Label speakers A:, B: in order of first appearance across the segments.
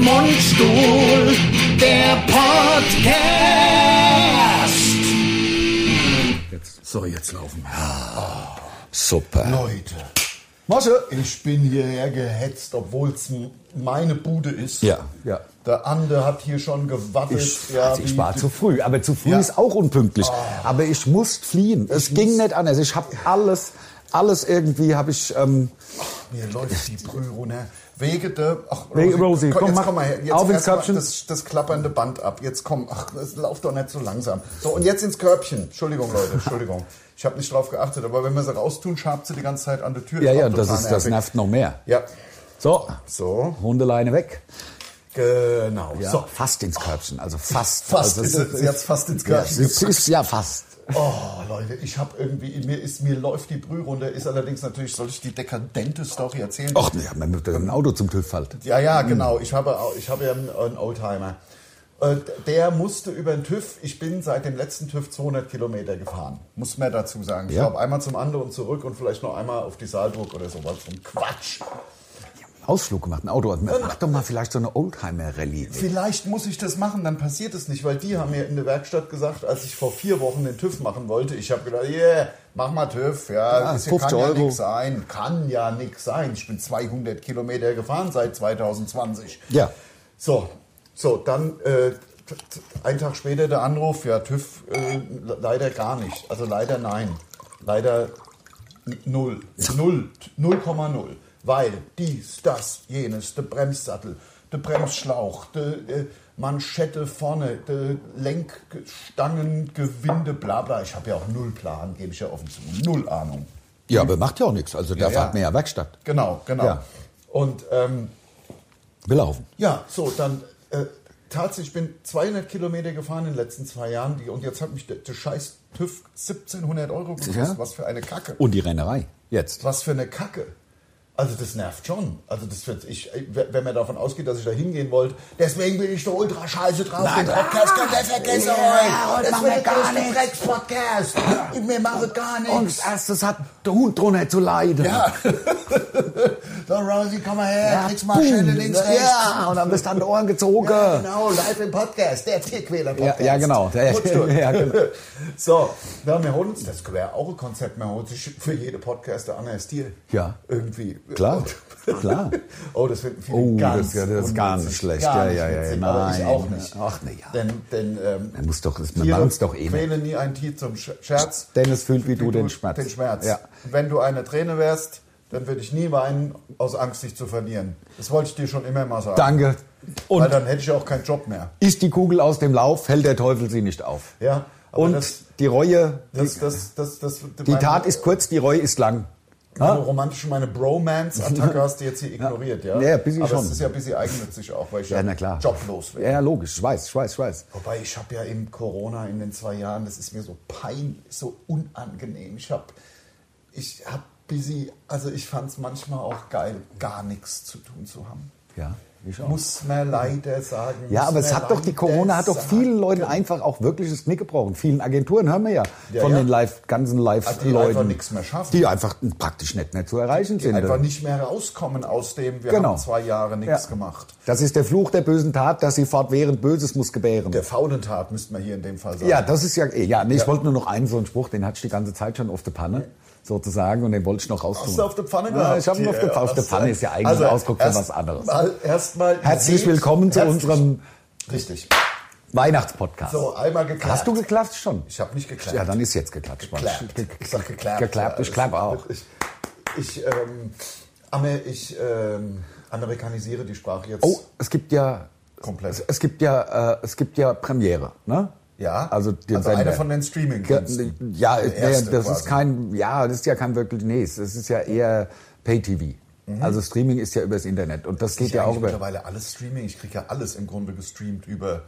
A: Mundstuhl, der Podcast.
B: So, jetzt laufen wir.
A: Super.
B: Leute. Masche, ich bin hierher gehetzt, obwohl es m- meine Bude ist.
A: Ja.
C: Ja.
B: Der Ande hat hier schon gewappelt.
C: Ich,
B: ja,
C: also ich
B: wie-
C: war zu früh, aber zu früh
B: Ja.
C: ist auch unpünktlich. Aber Ah. ich musste fliehen. Es ging nicht anders. Ich habe alles, alles irgendwie habe ich. Ähm,
B: Mir läuft die Brühe runter. Wege der... Ach,
C: Wege- Rosi, komm,
B: jetzt
C: mach-
B: komm mal her. Jetzt
C: auf ins
B: erst mal
C: Körbchen.
B: Das, das klappernde Band ab. Jetzt komm. Ach, das lauft doch nicht so langsam. So, und jetzt ins Körbchen. Entschuldigung, Leute, Entschuldigung. Ich habe nicht drauf geachtet, aber wenn wir sie raustun, schabt sie die ganze Zeit an der Tür.
C: ja,
B: Ist
C: ja,
B: auch
C: das,
B: total
C: ist, das
B: nervig.
C: nervt noch mehr.
B: Ja,
C: So,
B: so,
C: Hundeleine weg.
B: genau.
C: Ja,
B: So,
C: fast ins Körbchen, also fast.
B: Fast
C: also,
B: ist es- sie hat's fast ins
C: ja,
B: Körbchen
C: es ist, ist ja fast.
B: Oh, Leute, ich habe irgendwie, mir, ist, mir läuft die Brühe runter, ist allerdings natürlich, soll ich die dekadente Story erzählen?
C: Ach, nee, man mit ein Auto zum TÜV halt.
B: Ja, ja, genau, ich habe, au- ich habe ja einen, einen Oldtimer. Äh, Der musste über den TÜV, ich bin seit dem letzten TÜV 200 Kilometer gefahren, muss man dazu sagen. Ich
C: Ja.
B: glaube, einmal zum Ande und zurück und vielleicht noch einmal auf die Saalburg oder sowas. So ein Quatsch.
C: Ausflug gemacht, ein Auto. Mach doch mal vielleicht so eine Oldtimer-Rallye.
B: Vielleicht muss ich das machen, dann passiert es nicht, weil die haben mir in der Werkstatt gesagt, als ich vor vier Wochen den TÜV machen wollte, ich habe gedacht, yeah, mach mal TÜV, ja,
C: Ja,
B: das
C: 50
B: kann ja
C: Ah, Euro.
B: nichts sein, kann ja nichts sein. Ich bin 200 Kilometer gefahren seit 2020.
C: Ja.
B: So, so dann äh, t- t- einen Tag später der Anruf, ja, TÜV äh, le- leider gar nicht, also leider nein, leider n- null, null, t- 0,0, weil dies, das, jenes, der Bremssattel, der Bremsschlauch, der äh, Manschette vorne, der Lenkstangen, Gewinde, bla bla, ich habe ja auch null Plan, gebe ich ja offen zu, null Ahnung.
C: Ja, aber macht ja auch nichts. Also da
B: Ja, ja.
C: fahrt mir ja Werkstatt.
B: Genau, genau.
C: Ja.
B: Und ähm,
C: Wir laufen.
B: ja, so, dann äh, tatsächlich, ich bin 200 Kilometer gefahren in den letzten zwei Jahren die- und jetzt hat mich der, der scheiß TÜV 1700 Euro gekostet.
C: Ja.
B: Was für eine Kacke.
C: Und die Rennerei. Jetzt.
B: Was für eine Kacke. Also das nervt schon. Also das wird, ich, wenn man davon ausgeht, dass ich da hingehen wollte, deswegen bin ich so ultra scheiße drauf.
C: Na
B: Den
C: klar.
B: Podcast könnt ihr vergessen
C: Ja,
B: heute.
C: heute
B: Das
C: machen
B: wird
C: wir
B: der
C: gar
B: größte
C: nichts.
B: Drecks-Podcast. Und Wir machen gar
C: Und äh,
B: nichts.
C: erstes hat der Hund drunter zu leiden.
B: Ja. so, Rosie, komm mal her. Kriegst mal
C: boom.
B: Schelle links, rechts.
C: Ja, und dann bist du an den Ohren gezogen.
B: Ja, genau, live im Podcast, der Tierquäler-Podcast.
C: Ja, ja, genau. Der-
B: Mundstuhl.
C: Ja, genau.
B: So, ja, wir holen uns, das wäre auch ein Konzept, wir holen sich für jede Podcaster ein anderes Tier.
C: Ja.
B: Irgendwie.
C: Klar, klar.
B: Oh, das finden viele
C: Oh,
B: ganz
C: das- das ist gar nicht
B: unnützig.
C: schlecht. Ja,
B: Gar nicht
C: ja, ja,
B: witzig,
C: ja,
B: Aber ich
C: nein.
B: auch nicht.
C: Ach, na ja.
B: Denn, denn ähm,
C: Man muss doch, man
B: Tiere
C: macht's doch eh nicht.
B: quälen nie ein Tier zum Sch- Scherz.
C: Dennis fühlt wie du den Schmerz.
B: Den Schmerz.
C: Ja.
B: Wenn du eine Träne wärst, dann würde ich nie weinen, aus Angst, dich zu verlieren. Das wollte ich dir schon immer mal sagen.
C: Danke.
B: Weil
C: Und
B: dann hätte ich auch keinen Job mehr.
C: ist die Kugel aus dem Lauf, hält der Teufel sie nicht auf.
B: Ja, aber
C: Und
B: das-
C: die Reue,
B: Das, das, das, das,
C: die Tat ist kurz, die Reue ist lang.
B: Meine romantische, meine Bromance-Attacke hast du jetzt hier ignoriert, ja?
C: Ja, ja, bisschen
B: Aber
C: schon.
B: es ist ja ein bisschen eigennützig auch, weil ich
C: Ja, na klar.
B: joblos bin.
C: Ja, ja, logisch. Ich weiß, ich weiß, ich weiß.
B: Wobei ich habe ja in Corona in den zwei Jahren, das ist mir so pein, so unangenehm. Ich habe, ich habe busy, also ich fand es manchmal auch geil, gar nichts zu tun zu haben.
C: Ja, ich auch.
B: Muss man leider sagen.
C: Ja,
B: muss
C: aber es
B: man
C: hat doch, die
B: leider
C: Corona hat doch
B: sagen.
C: vielen Leuten einfach auch wirklich das Knick gebrochen. Vielen Agenturen hören wir ja,
B: Ja,
C: von
B: ja.
C: den live, ganzen
B: Die einfach
C: Live-Leuten,
B: nichts mehr schaffen.
C: die einfach praktisch nicht mehr zu erreichen
B: Die
C: sind.
B: einfach nicht mehr rauskommen aus dem, wir
C: Genau.
B: haben zwei Jahre nichts
C: Ja.
B: gemacht.
C: Das ist der Fluch der bösen Tat, dass sie fortwährend Böses muss gebären.
B: Der faulen Tat müsste man hier in dem Fall sagen.
C: Ja, das ist ja, eh, ja, nee,
B: Ja.
C: ich wollte nur noch einen so einen Spruch, den hatte ich die ganze Zeit schon auf der Panne, sozusagen, und den wollte ich noch raustun.
B: Hast du auf der Pfanne
C: Ja,
B: gehabt?
C: ich habe ihn auf der Pfanne. Auf der
B: hast du-
C: Pfanne ist ja eigentlich
B: Also,
C: ein Ausdruck für
B: erst
C: was anderes.
B: Mal, erstmal
C: Herzlich willkommen zu unserem
B: Richtig.
C: Weihnachtspodcast.
B: So, einmal geklatscht.
C: Hast du geklatscht schon?
B: Ich habe nicht geklatscht.
C: Ja, dann ist jetzt geklatscht. Mann.
B: geklappt. Ich sag geklappt.
C: Geklappt,
B: Ja,
C: ich klappe auch.
B: Ich, ich, ähm, Amer, ich ähm, amerikanisiere die Sprache jetzt.
C: Oh, es gibt ja.
B: Komplett.
C: Es, es gibt ja, äh, es gibt ja Premiere, ne?
B: Ja,
C: Also, den
B: also einer
C: Sender.
B: von den streaming
C: Ja, ja,
B: Der
C: nee,
B: erste
C: das
B: quasi.
C: ist kein, ja, das ist ja kein wirklich, nee, es ist ja eher Pay-TV. Also Streaming ist ja übers Internet und das geht
B: Ich Mhm. ja
C: ja auch über.
B: mittlerweile alles Streaming. Ich kriege ja alles im Grunde gestreamt über.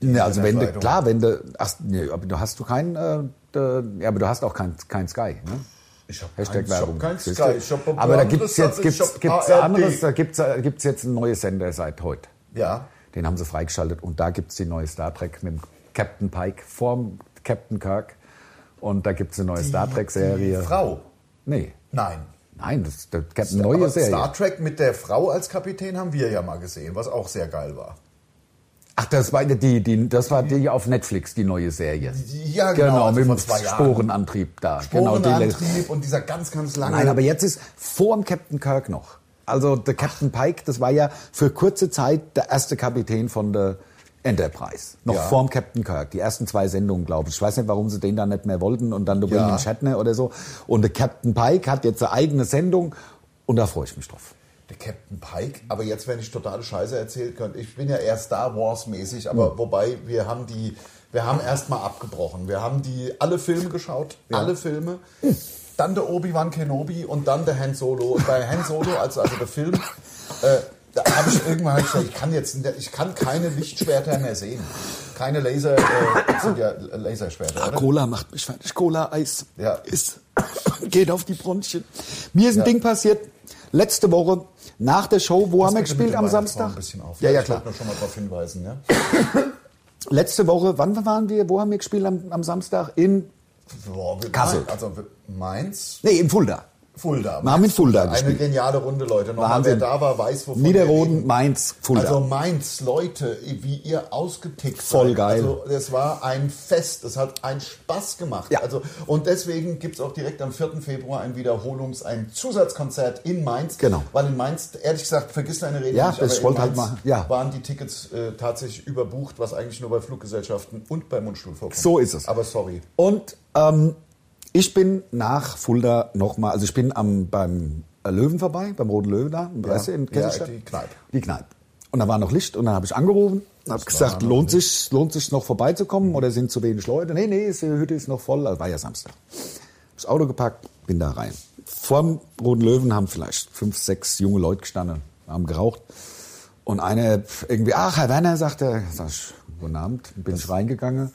B: die
C: Ne, also wenn du,
B: Internetleitung.
C: klar, wenn du, ach, nee, aber du hast du keinen, äh, äh, ja, aber du hast auch kein, kein Sky, ne?
B: Ich habe
C: Hashtag Werbung.
B: kein
C: siehst
B: Sky.
C: du?
B: Ich hab
C: aber da
B: anderes
C: gibt's jetzt
B: Sachen,
C: gibt's,
B: ich
C: gibt's
B: hab
C: anderes, da
B: ARD.
C: gibt's, äh, gibt's jetzt einen neuen Sender seit heute.
B: Ja.
C: Den haben sie freigeschaltet und da gibt's die neue Star Trek mit dem Captain Pike vorm Captain Kirk und da gibt's eine neue Star Trek Serie.
B: Die Frau.
C: Nee.
B: Nein.
C: Nein, das, das gab eine neue
B: Aber
C: Serie.
B: Star Trek mit der Frau als Kapitän haben wir ja mal gesehen, was auch sehr geil war.
C: Ach, das war die, die, das war die auf Netflix, die neue Serie.
B: Ja, genau,
C: Genau,
B: also
C: mit
B: vor
C: dem
B: zwei Jahren.
C: Sporenantrieb da. Genau, die-
B: Sporenantrieb und dieser ganz, ganz lange.
C: Nein, aber jetzt ist vor dem Captain Kirk noch. Also der Captain Pike, das war ja für kurze Zeit der erste Kapitän von der Enterprise. Noch
B: Ja.
C: vor dem Captain Kirk. Die ersten zwei Sendungen, glaube ich. Ich weiß nicht, warum sie den dann nicht mehr wollten und dann der
B: Ja.
C: William Shatner oder so. Und der Captain Pike hat jetzt eine eigene Sendung und da freue ich mich drauf.
B: der Captain Pike, aber jetzt, wenn ich totale Scheiße erzählen könnte, ich bin ja eher Star Wars mäßig, aber
C: Hm.
B: wobei wir haben die, wir haben erstmal abgebrochen. Wir haben die alle Filme geschaut, alle Filme. Dann der Obi-Wan Kenobi und dann der Han Solo. Und bei Han Solo, also, also der Film, äh, da habe ich irgendwann gesagt, ich kann jetzt, ich kann keine Lichtschwerter mehr sehen. Keine Laser, äh, das sind ja Laserschwerter, oder?
C: Cola macht mich fertig. Cola, Eis.
B: Ja.
C: Ist, geht auf die Bronchien. Mir ist ein Ding passiert. Letzte Woche nach der Show, wo haben wir
B: Das
C: gespielt am
B: mittlerweile
C: Samstag?
B: Ein bisschen auf.
C: Ja, ja,
B: Ich
C: klar.
B: wollte nur schon mal darauf hinweisen. Ja?
C: Letzte Woche, wann waren wir, wo haben wir gespielt am, am Samstag? In,
B: Boah, wir-
C: Kassel.
B: Nein, Also wir- Mainz,
C: nee, in Fulda.
B: Fulda.
C: Wir haben in Fulda
B: Eine
C: gespielt.
B: geniale Runde, Leute. Nochmal, wer
C: Wahnsinn.
B: da war, weiß, wovon wir
C: Niederroden,
B: reden.
C: Mainz, Fulda.
B: Also Mainz, Leute, wie ihr ausgetickt
C: Voll
B: seid.
C: geil.
B: Also das war ein Fest, es hat einen Spaß gemacht.
C: Ja.
B: Also, und deswegen gibt es auch direkt am 4. Februar ein Wiederholungs-, ein Zusatzkonzert in Mainz.
C: Genau.
B: Weil in Mainz, ehrlich gesagt, vergiss deine Rede
C: Ja,
B: nicht,
C: das
B: aber in
C: wollte
B: Mainz
C: halt mal- ja.
B: waren die Tickets äh, tatsächlich überbucht, was eigentlich nur bei Fluggesellschaften und bei Mundstuhl vorkommt.
C: So ist es.
B: Aber sorry.
C: Und ähm, ich bin nach Fulda nochmal, also ich bin am, beim äh, Löwen vorbei, beim Roten Löwen da, im Presse, in
B: ja,
C: Kesselstadt.
B: die Kneipe.
C: Die Kneipe. Und da war noch Licht und dann habe ich angerufen und habe gesagt, lohnt sich, lohnt sich noch vorbeizukommen
B: Mhm.
C: oder sind zu wenig Leute? Nee, nee, ist- die Hütte ist noch voll, also war ja Samstag. Hab Das Auto gepackt, bin da rein. Vorm Roten Löwen haben vielleicht fünf, sechs junge Leute gestanden, haben geraucht. Und eine irgendwie, ach, Herr Werner, sagt er, sag ich, guten Abend, bin ich reingegangen.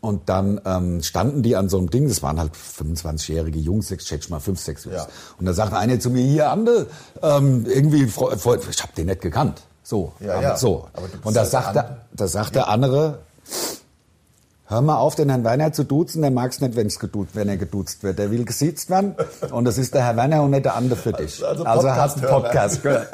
C: Und dann ähm, standen die an so einem Ding, das waren halt 25-jährige Jungs, ich schätze mal 5, 6 Jungs.
B: Ja.
C: Und da sagte einer zu mir, hier, Ande, ähm, irgendwie, fre- fre- ich hab den nicht gekannt. So,
B: Ja,
C: aber
B: ja.
C: so.
B: Aber du bist
C: Und da
B: halt
C: sagte,
B: Ande.
C: da sagt der andere, hör mal auf, den Herrn Werner zu duzen, der mag's nicht, wenn's geduzt, wenn er geduzt wird. Der will gesiezt werden und das ist der Herr Werner und nicht der Ande für dich.
B: Also
C: Also, hast einen Podcast. gehört.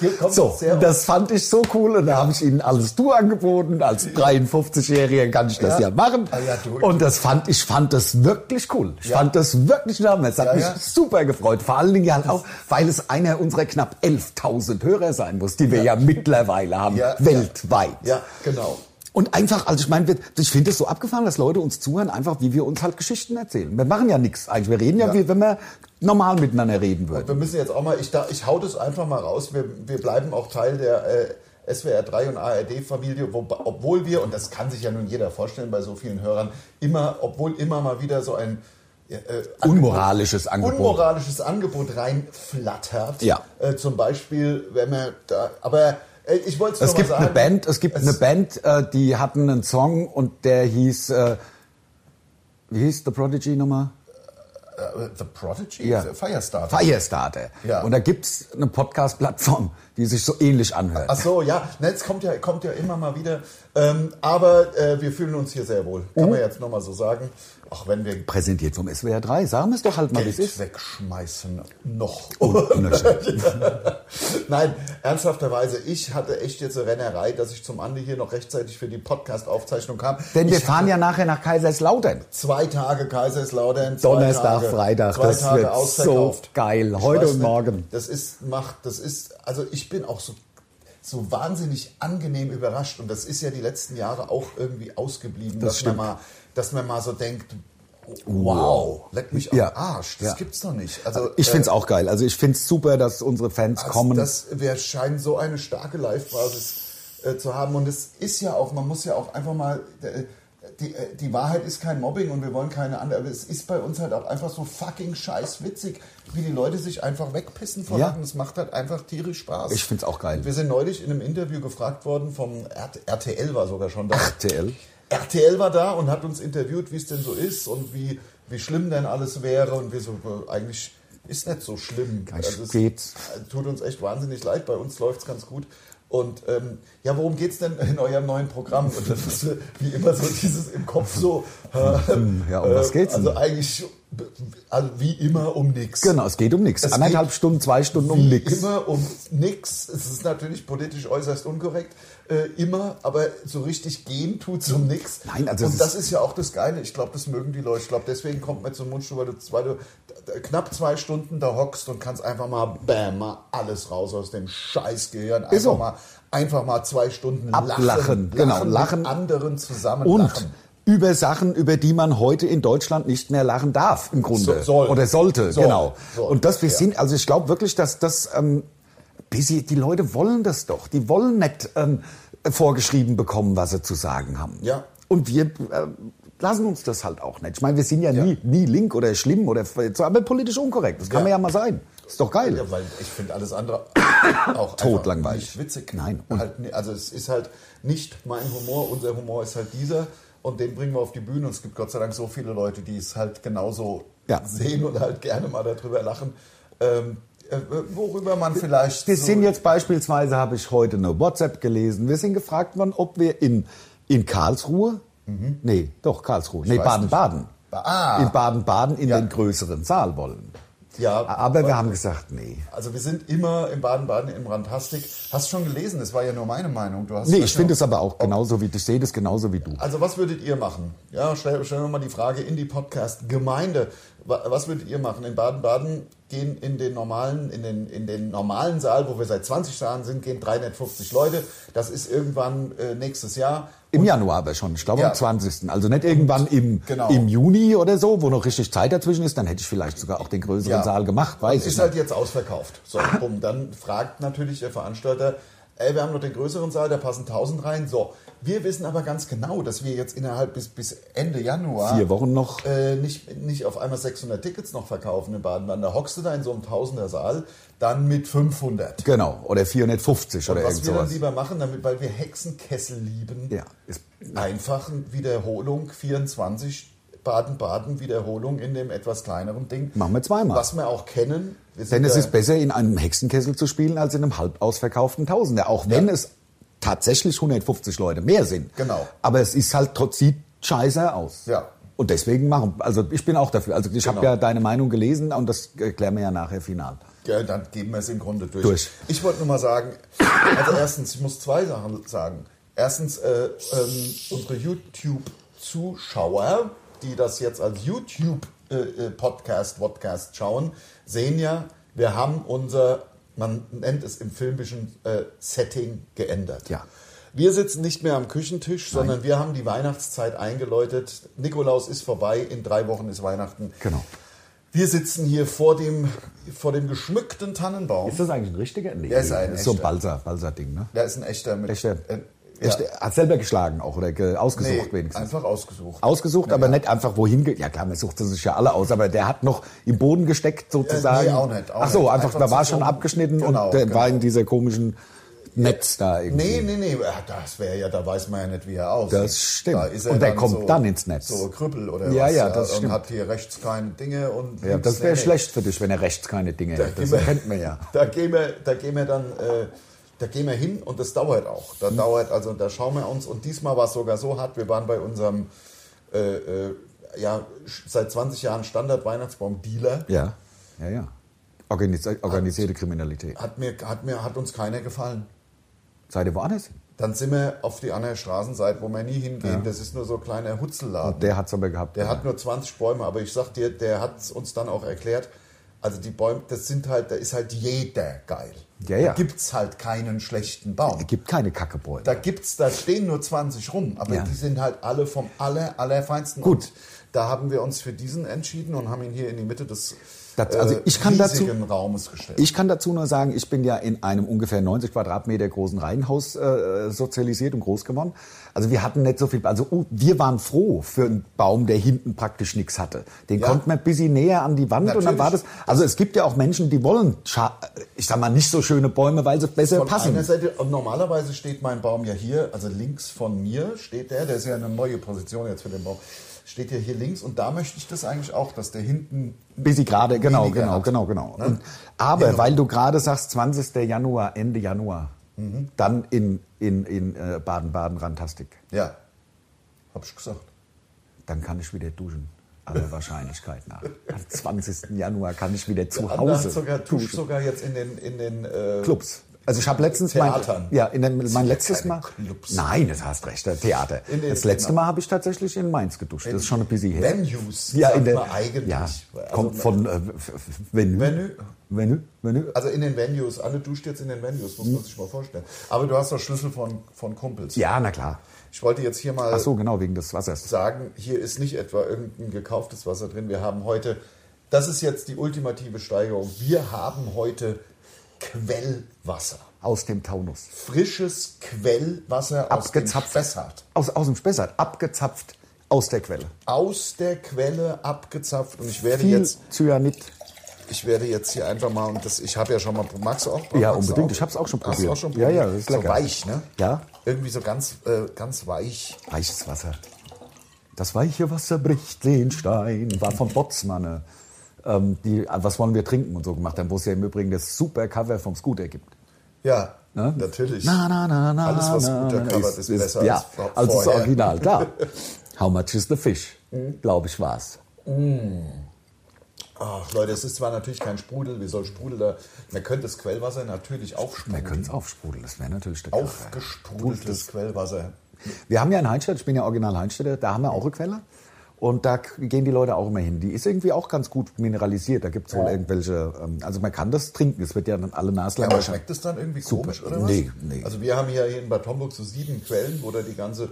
B: Hier kommt
C: So,
B: sehr
C: das fand ich so cool und da habe ich ihnen alles du angeboten. Als 53-Jähriger kann ich das
B: Ja.
C: ja, machen.
B: Ah ja, du-
C: und das fand ich fand das wirklich cool. Ich
B: Ja.
C: fand das wirklich normal. Es hat
B: Ja,
C: mich
B: ja.
C: super gefreut. Vor allen Dingen halt auch, weil es einer unserer knapp 11.000 Hörer sein muss, die wir ja, mittlerweile haben,
B: Ja, ja.
C: weltweit.
B: Ja, genau.
C: Und einfach, also ich meine, wir- ich finde es so abgefahren, dass Leute uns zuhören, einfach wie wir uns halt Geschichten erzählen. Wir machen ja nichts eigentlich. Wir reden ja,
B: Ja.
C: wie wenn wir normal miteinander reden würden.
B: Wir müssen jetzt auch mal, ich, da, ich hau das einfach mal raus. Wir, wir bleiben auch Teil der äh, SWR 3 und ARD-Familie, wo- obwohl wir, und das kann sich ja nun jeder vorstellen bei so vielen Hörern, immer, obwohl immer mal wieder so ein äh,
C: Unmoralisches Angebot.
B: unmoralisches Angebot reinflattert.
C: Ja.
B: Äh, zum Beispiel, wenn man da, aber äh, ich wollte
C: Es
B: nur
C: gibt
B: mal sagen,
C: eine Band, es gibt eine Band, äh, die hatten einen Song und der hieß, äh, wie hieß The Prodigy nochmal?
B: Äh, The Prodigy,
C: Ja.
B: Firestarter.
C: Firestarter.
B: Ja.
C: Und da gibt's eine Podcast-Plattform, die sich so ähnlich anhört.
B: Ach so, ja, ne, es kommt ja, kommt ja immer mal wieder. Ähm, aber äh, wir fühlen uns hier sehr wohl, kann
C: Mhm.
B: man jetzt nochmal so sagen. Auch wenn wir
C: Präsentiert vom SWR 3. Sagen wir es doch halt mal, wie es
B: Geld
C: ist. Oh,
B: wegschmeißen noch.
C: Wunderschön.
B: Nein, ernsthafterweise, ich hatte echt jetzt eine Rennerei, dass ich zum Ande hier noch rechtzeitig für die Podcast-Aufzeichnung kam.
C: Denn wir
B: ich
C: fahren ja nachher nach Kaiserslautern.
B: zwei Tage Kaiserslautern, zwei
C: Donnerstag,
B: Tage,
C: Freitag.
B: zwei
C: das
B: Tage
C: wird so
B: ausverkauft.
C: geil.
B: Ich
C: Heute
B: weiß
C: und
B: nicht,
C: morgen.
B: Das ist, macht, das ist, also ich bin auch so, so wahnsinnig angenehm überrascht und das ist ja die letzten Jahre auch irgendwie ausgeblieben, dass
C: stimmt.
B: man mal, dass man mal so denkt, wow,
C: Wow.
B: leck mich am
C: Ja.
B: Arsch, das
C: Ja.
B: gibt's doch nicht. Also
C: Ich
B: äh, Also
C: find's auch geil. Also ich find's super, dass unsere Fans kommen.
B: Das, wir scheinen so eine starke Live-Basis äh, zu haben. Und es ist ja auch, man muss ja auch einfach mal. Äh, die, äh, die Wahrheit ist kein Mobbing und wir wollen keine andere. Aber es ist bei uns halt auch einfach so fucking scheiß witzig, wie die Leute sich einfach wegpissen vor
C: Ja.
B: Lachen. Es macht halt einfach tierisch Spaß.
C: Ich find's auch geil.
B: Wir sind neulich in einem Interview gefragt worden vom R- RTL war sogar schon da.
C: RTL.
B: RTL war da und hat uns interviewt, wie es denn so ist und wie, wie schlimm denn alles wäre. Und wir so, äh, eigentlich ist nicht so schlimm. Also es
C: geht's.
B: Tut uns echt wahnsinnig leid, bei uns läuft es ganz gut. Und ähm, ja, worum geht's denn in eurem neuen Programm? Und das ist äh, wie immer so dieses im Kopf so. Äh,
C: ja, um was geht's
B: Also
C: denn?
B: eigentlich also wie immer um nichts.
C: Genau, es geht um nichts.
B: Es
C: Anderthalb
B: geht
C: Stunden, zwei Stunden
B: wie
C: um nichts.
B: immer um nichts. Es ist natürlich politisch äußerst unkorrekt. Äh, immer, aber so richtig gehen tut's um nichts.
C: Nein, also es
B: Und das
C: ist-
B: ist ja auch das Geile. Ich glaube, das mögen die Leute. Ich glaube, deswegen kommt man zum Mundstuhl, weil du, weil du d- d- knapp zwei Stunden da hockst und kannst einfach mal, bam, mal alles raus aus dem Scheißgehirn. Einfach
C: so.
B: mal, einfach mal zwei Stunden
C: Ablachen,
B: lachen,
C: genau,
B: lachen,
C: lachen.
B: mit anderen zusammen
C: Und
B: lachen.
C: über Sachen, über die man heute in Deutschland nicht mehr lachen darf, im Grunde.
B: So- soll.
C: Oder sollte,
B: Soll.
C: genau.
B: Soll.
C: Und das, wir
B: Ja.
C: sind, also ich glaube wirklich, dass das, ähm, bisschen- die Leute wollen das doch. Die wollen nicht ähm, vorgeschrieben bekommen, was sie zu sagen haben.
B: Ja.
C: Und wir äh, lassen uns das halt auch nicht. Ich meine, wir sind ja,
B: Ja.
C: Nie, nie link oder schlimm oder so, aber politisch unkorrekt. Das kann
B: Ja.
C: man ja mal sein. Ist doch geil.
B: Ja, weil ich finde alles andere auch
C: Totlangweilig.
B: einfach Nicht witzig.
C: Nein.
B: Halt, ni- also es ist halt nicht mein Humor. Unser Humor ist halt dieser und den bringen wir auf die Bühne. Und es gibt Gott sei Dank so viele Leute, die es halt genauso
C: Ja.
B: sehen und halt gerne mal darüber lachen. Ähm, äh, worüber man vielleicht.
C: Wir
B: so-
C: sind jetzt beispielsweise, habe ich heute eine WhatsApp gelesen, wir sind gefragt worden, ob wir in, in Karlsruhe, nee, doch Karlsruhe, nee,
B: Mhm. weiß
C: Baden-Baden,
B: Ba- ah.
C: in Baden-Baden in
B: Ja. Äh,
C: den größeren Saal wollen.
B: Ja,
C: Aber wir haben gesagt, nee.
B: Also wir sind immer im Baden-Baden im Randtastik. Hast schon gelesen, das war ja nur meine Meinung. Du hast
C: Nee,
B: weißt
C: ich
B: du
C: finde
B: noch-
C: es aber auch genauso wie, ich sehe das genauso wie du.
B: Also was würdet ihr machen? Ja, stell, stellen wir mal die Frage in die Podcast-Gemeinde. Wa- Was würdet ihr machen? In Baden-Baden gehen in den normalen, in den, in den normalen Saal, wo wir seit 20 Jahren sind, gehen 350 Leute. Das ist irgendwann äh, nächstes Jahr.
C: Im Januar aber schon, ich glaube
B: Ja.
C: am 20. Also nicht irgendwann im,
B: Genau.
C: im Juni oder so, wo noch richtig Zeit dazwischen ist, dann hätte ich vielleicht sogar auch den größeren
B: Ja.
C: Saal gemacht, weiß ich
B: ist
C: nicht.
B: halt jetzt ausverkauft. So, bumm. Dann fragt natürlich der Veranstalter, ey, wir haben noch den größeren Saal, da passen 1000 rein. So, wir wissen aber ganz genau, dass wir jetzt innerhalb bis, bis Ende Januar
C: Vier Wochen noch.
B: äh, nicht, nicht auf einmal 600 Tickets noch verkaufen in Baden-Baden. Da hockst du da in so einem 1000er Saal, dann mit 500.
C: Genau, oder 450 oder
B: Was
C: irgend
B: wir dann
C: sowas.
B: lieber machen, damit, weil wir Hexenkessel lieben,
C: Ja, ist-
B: einfach eine Wiederholung 24 Baden-Baden Wiederholung in dem etwas kleineren Ding.
C: Machen wir zweimal.
B: Was wir auch kennen. Wir sind
C: Denn es
B: ja-
C: ist besser, in einem Hexenkessel zu spielen, als in einem halb ausverkauften Tausender. Auch wenn es tatsächlich 150 Leute mehr sind.
B: Genau.
C: Aber es ist halt trotz sieht scheiße aus.
B: Ja.
C: Und deswegen machen. Also ich bin auch dafür. Also ich habe
B: Genau.
C: ja deine Meinung gelesen und das erklären wir ja nachher final.
B: Ja, dann geben wir es im Grunde durch.
C: Durch.
B: Ich wollte nur mal sagen, also erstens, ich muss zwei Sachen sagen. Erstens, äh, ähm, unsere YouTube-Zuschauer, die das jetzt als YouTube-Podcast, Podcast schauen, sehen ja, wir haben unser, man nennt es im filmischen äh, Setting geändert.
C: Ja.
B: Wir sitzen nicht mehr am Küchentisch, sondern wir haben die Weihnachtszeit eingeläutet. Nikolaus ist vorbei, in drei Wochen ist Weihnachten.
C: Genau.
B: Wir sitzen hier vor dem, vor dem geschmückten Tannenbaum.
C: Ist das eigentlich ein richtiger? Nee.
B: Der ist ein
C: so ein
B: echter.
C: Balsa, Balsa-Ding, ne?
B: Da ist ein echter mit.
C: Echter.
B: Äh, ja.
C: Echter. Hat selber geschlagen auch oder ge- ausgesucht
B: Nee,
C: wenigstens.
B: Einfach ausgesucht.
C: Ausgesucht,
B: Ja,
C: aber
B: ja.
C: nicht einfach wohin. Ge ja klar, man sucht sich ja alle aus, aber der hat noch im Boden gesteckt sozusagen.
B: Äh, nee, auch nicht, auch
C: Ach so,
B: nicht.
C: einfach,
B: Einfach
C: da war
B: zu
C: schon
B: so-
C: abgeschnitten
B: Genau,
C: und der war
B: genau.
C: in dieser komischen Netz da irgendwie.
B: Nee, nee, nee, ah, das wäre ja, da weiß man ja nicht, wie er aussieht.
C: Das stimmt.
B: Da ist er
C: Und der kommt
B: so,
C: dann ins Netz.
B: So Krüppel oder
C: Ja,
B: was.
C: ja, das
B: und
C: stimmt.
B: hat hier rechts keine Dinge und.
C: Ja,
B: links-
C: das wäre
B: nee, nee.
C: schlecht für dich, wenn er rechts keine Dinge
B: Da
C: hätte.
B: gehen
C: Das
B: wir-
C: kennt man ja.
B: Da gehen wir, da gehen wir dann, äh, da gehen wir hin und das dauert auch. Da
C: Hm.
B: dauert, also da schauen wir uns und diesmal war es sogar so hart, wir waren bei unserem äh, äh, ja, sch- seit 20 Jahren Standard-Weihnachtsbaum-Dealer.
C: Ja, ja, ja. Organis organisierte Kriminalität.
B: Hat, mir, hat, mir, hat uns keiner gefallen.
C: Seid ihr woanders hin?
B: Dann sind wir auf die andere Straßenseite, wo wir nie hingehen.
C: Ja.
B: Das ist nur so ein kleiner Hutzelladen.
C: Der hat's aber gehabt.
B: Der hat nur 20 Bäume, aber ich sag dir, der hat es uns dann auch erklärt. Also die Bäume, das sind halt, da ist halt jeder geil.
C: Ja, ja.
B: Da gibt's halt keinen schlechten Baum.
C: es gibt keine Kackebäume.
B: Da gibt's, da stehen nur 20 rum, aber
C: Ja.
B: die sind halt alle vom aller, allerfeinsten.
C: Gut.
B: Und da haben wir uns für diesen entschieden und haben ihn hier in die Mitte des äh,
C: Das- also ich kann dazu-
B: riesigen Raumes gestellt.
C: Ich kann dazu nur sagen, ich bin ja in einem ungefähr 90 Quadratmeter großen Reihenhaus äh, sozialisiert und groß geworden. Also wir hatten nicht so viel. Also uh, wir waren froh für einen Baum, der hinten praktisch nichts hatte. Den
B: Ja.
C: konnte man ein bisschen näher an die Wand und dann
B: Natürlich.
C: war das. Also es gibt ja auch Menschen, die wollen, scha- äh, ich sag mal, nicht so schöne Bäume, weil sie besser
B: von
C: passen.
B: einer Seite, und normalerweise steht mein Baum ja hier, also links von mir steht der, der ist ja eine neue Position jetzt für den Baum, steht ja hier links und da möchte ich das eigentlich auch, dass der hinten
C: Busy gerade, genau,
B: Weniger
C: genau,
B: hat.
C: genau, genau.
B: Ne?
C: Und, aber
B: Januar.
C: weil du gerade sagst, 20. Januar, Ende Januar,
B: Mhm.
C: dann in in in äh, Baden-Baden, Rantastik,
B: Ja. Hab ich gesagt.
C: dann kann ich wieder duschen. aller Wahrscheinlichkeit nach. Am 20. Januar kann ich wieder zu
B: Andach
C: Hause
B: sogar,
C: duschen.
B: duscht sogar jetzt in den, in den äh,
C: Clubs. Also ich habe letztens mein,
B: Theatern.
C: ja, in dem, mein
B: ja
C: letztes
B: keine
C: Mal.
B: Clubs.
C: Nein, das hast recht, der Theater.
B: In den-
C: das letzte
B: genau.
C: Mal habe ich tatsächlich in Mainz geduscht. Das ist schon ein bisschen her.
B: Venues,
C: Ja,
B: sagt
C: in der
B: man eigentlich.
C: Ja,
B: Also
C: kommt
B: man-
C: von äh, F- F- Venue.
B: Venue.
C: Venue. Venue.
B: Also in den Venues. Anne duscht jetzt in den Venues, muss man sich mal vorstellen. Aber du hast doch Schlüssel von, von Kumpels.
C: Mhm. Ja, na klar.
B: Ich wollte jetzt hier mal
C: Ach so, genau wegen des Wassers.
B: sagen, hier ist nicht etwa irgendein gekauftes Wasser drin. Wir haben heute, das ist jetzt die ultimative Steigerung, wir haben heute Quellwasser.
C: Aus dem Taunus.
B: Frisches Quellwasser aus dem
C: Abgezapft.
B: Spessart.
C: Aus, aus dem Spessart, abgezapft aus der Quelle.
B: Aus der Quelle abgezapft. Und ich werde
C: Viel
B: jetzt,
C: Cyanid.
B: ich werde jetzt hier einfach mal, und das, ich habe ja schon mal, magst du auch?
C: Ja,
B: magst du
C: unbedingt. Ich hab's auch schon
B: Hast du
C: probiert.
B: auch schon
C: Ja,
B: probiert?
C: ja, das ist lecker.
B: So weich, ne?
C: Ja.
B: Irgendwie so ganz, äh, ganz weich.
C: Weiches Wasser. Das weiche Wasser bricht den Stein. War von Botsmanne. Ähm, die, äh, was wollen wir trinken und so gemacht haben, wo es ja im Übrigen das super Cover vom Scooter gibt.
B: Ja,
C: Ne?
B: natürlich.
C: Na, na, na, na,
B: Alles, was
C: na,
B: gut
C: na,
B: ercovert ist, besser
C: ja,
B: als vor-
C: als das
B: vorher. Hm?
C: Original, klar. How much is the fish? Glaube ich, war's.
B: Ach Leute, es ist zwar natürlich kein Sprudel, wie soll Sprudel da. Man könnte das Quellwasser natürlich
C: Wir
B: aufsprudeln.
C: können es aufsprudeln, das wäre natürlich der Kracher.
B: Aufgesprudeltes Quellwasser.
C: Wir haben ja in Heinstedt, ich bin ja original Heinstedter, da haben wir auch eine Quelle. Und da k- gehen die Leute auch immer hin. Die ist irgendwie auch ganz gut mineralisiert. Da gibt es wohl irgendwelche. ähm, Also man kann das trinken. Es wird ja dann alle Naslang.
B: Aber schmeckt es dann irgendwie
C: Super.
B: komisch oder was?
C: Nee, nee.
B: Also wir haben ja hier in Bad Homburg so sieben Quellen, wo da die ganze,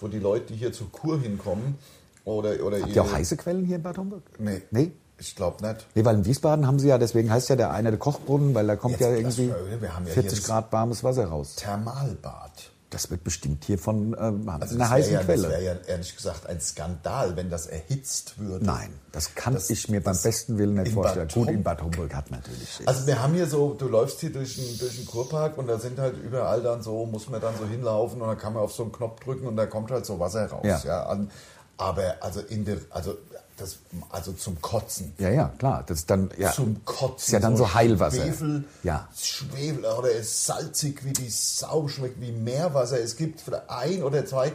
B: wo die Leute, die hier zur Kur hinkommen oder oder
C: Habt ihr auch heiße Quellen hier in Bad Homburg?
B: Nee.
C: Nee?
B: Ich glaube nicht.
C: Nee, weil in Wiesbaden haben sie ja, deswegen heißt ja der eine der Kochbrunnen, weil da kommt
B: Jetzt
C: ja
B: lass
C: irgendwie
B: mal, wir haben ja hier
C: 40
B: das-
C: Grad warmes Wasser raus.
B: Thermalbad.
C: Das wird bestimmt hier von ähm, einer
B: Also das
C: heißen
B: wär ja,
C: Quelle.
B: Das wäre ja ehrlich gesagt ein Skandal, wenn das erhitzt würde.
C: Nein, das kann
B: Das-
C: ich mir beim
B: das-
C: besten Willen nicht
B: in
C: vorstellen.
B: Bad
C: Gut, in
B: Homburg.
C: Bad Homburg hat natürlich.
B: Also wir haben hier so, du läufst hier durch den, durch den Kurpark und da sind halt überall dann so, muss man dann so hinlaufen und dann kann man auf so einen Knopf drücken und da kommt halt so Wasser raus.
C: Ja.
B: Ja. an, aber also in der, also das, also zum Kotzen.
C: ja, ja, klar. Das ist dann, ja.
B: Zum Kotzen.
C: Ist ja dann so Heilwasser.
B: Schwefel,
C: Ja.
B: Schwefel, oder ist salzig wie die Sau, schmeckt wie Meerwasser. Es gibt vielleicht ein oder zwei,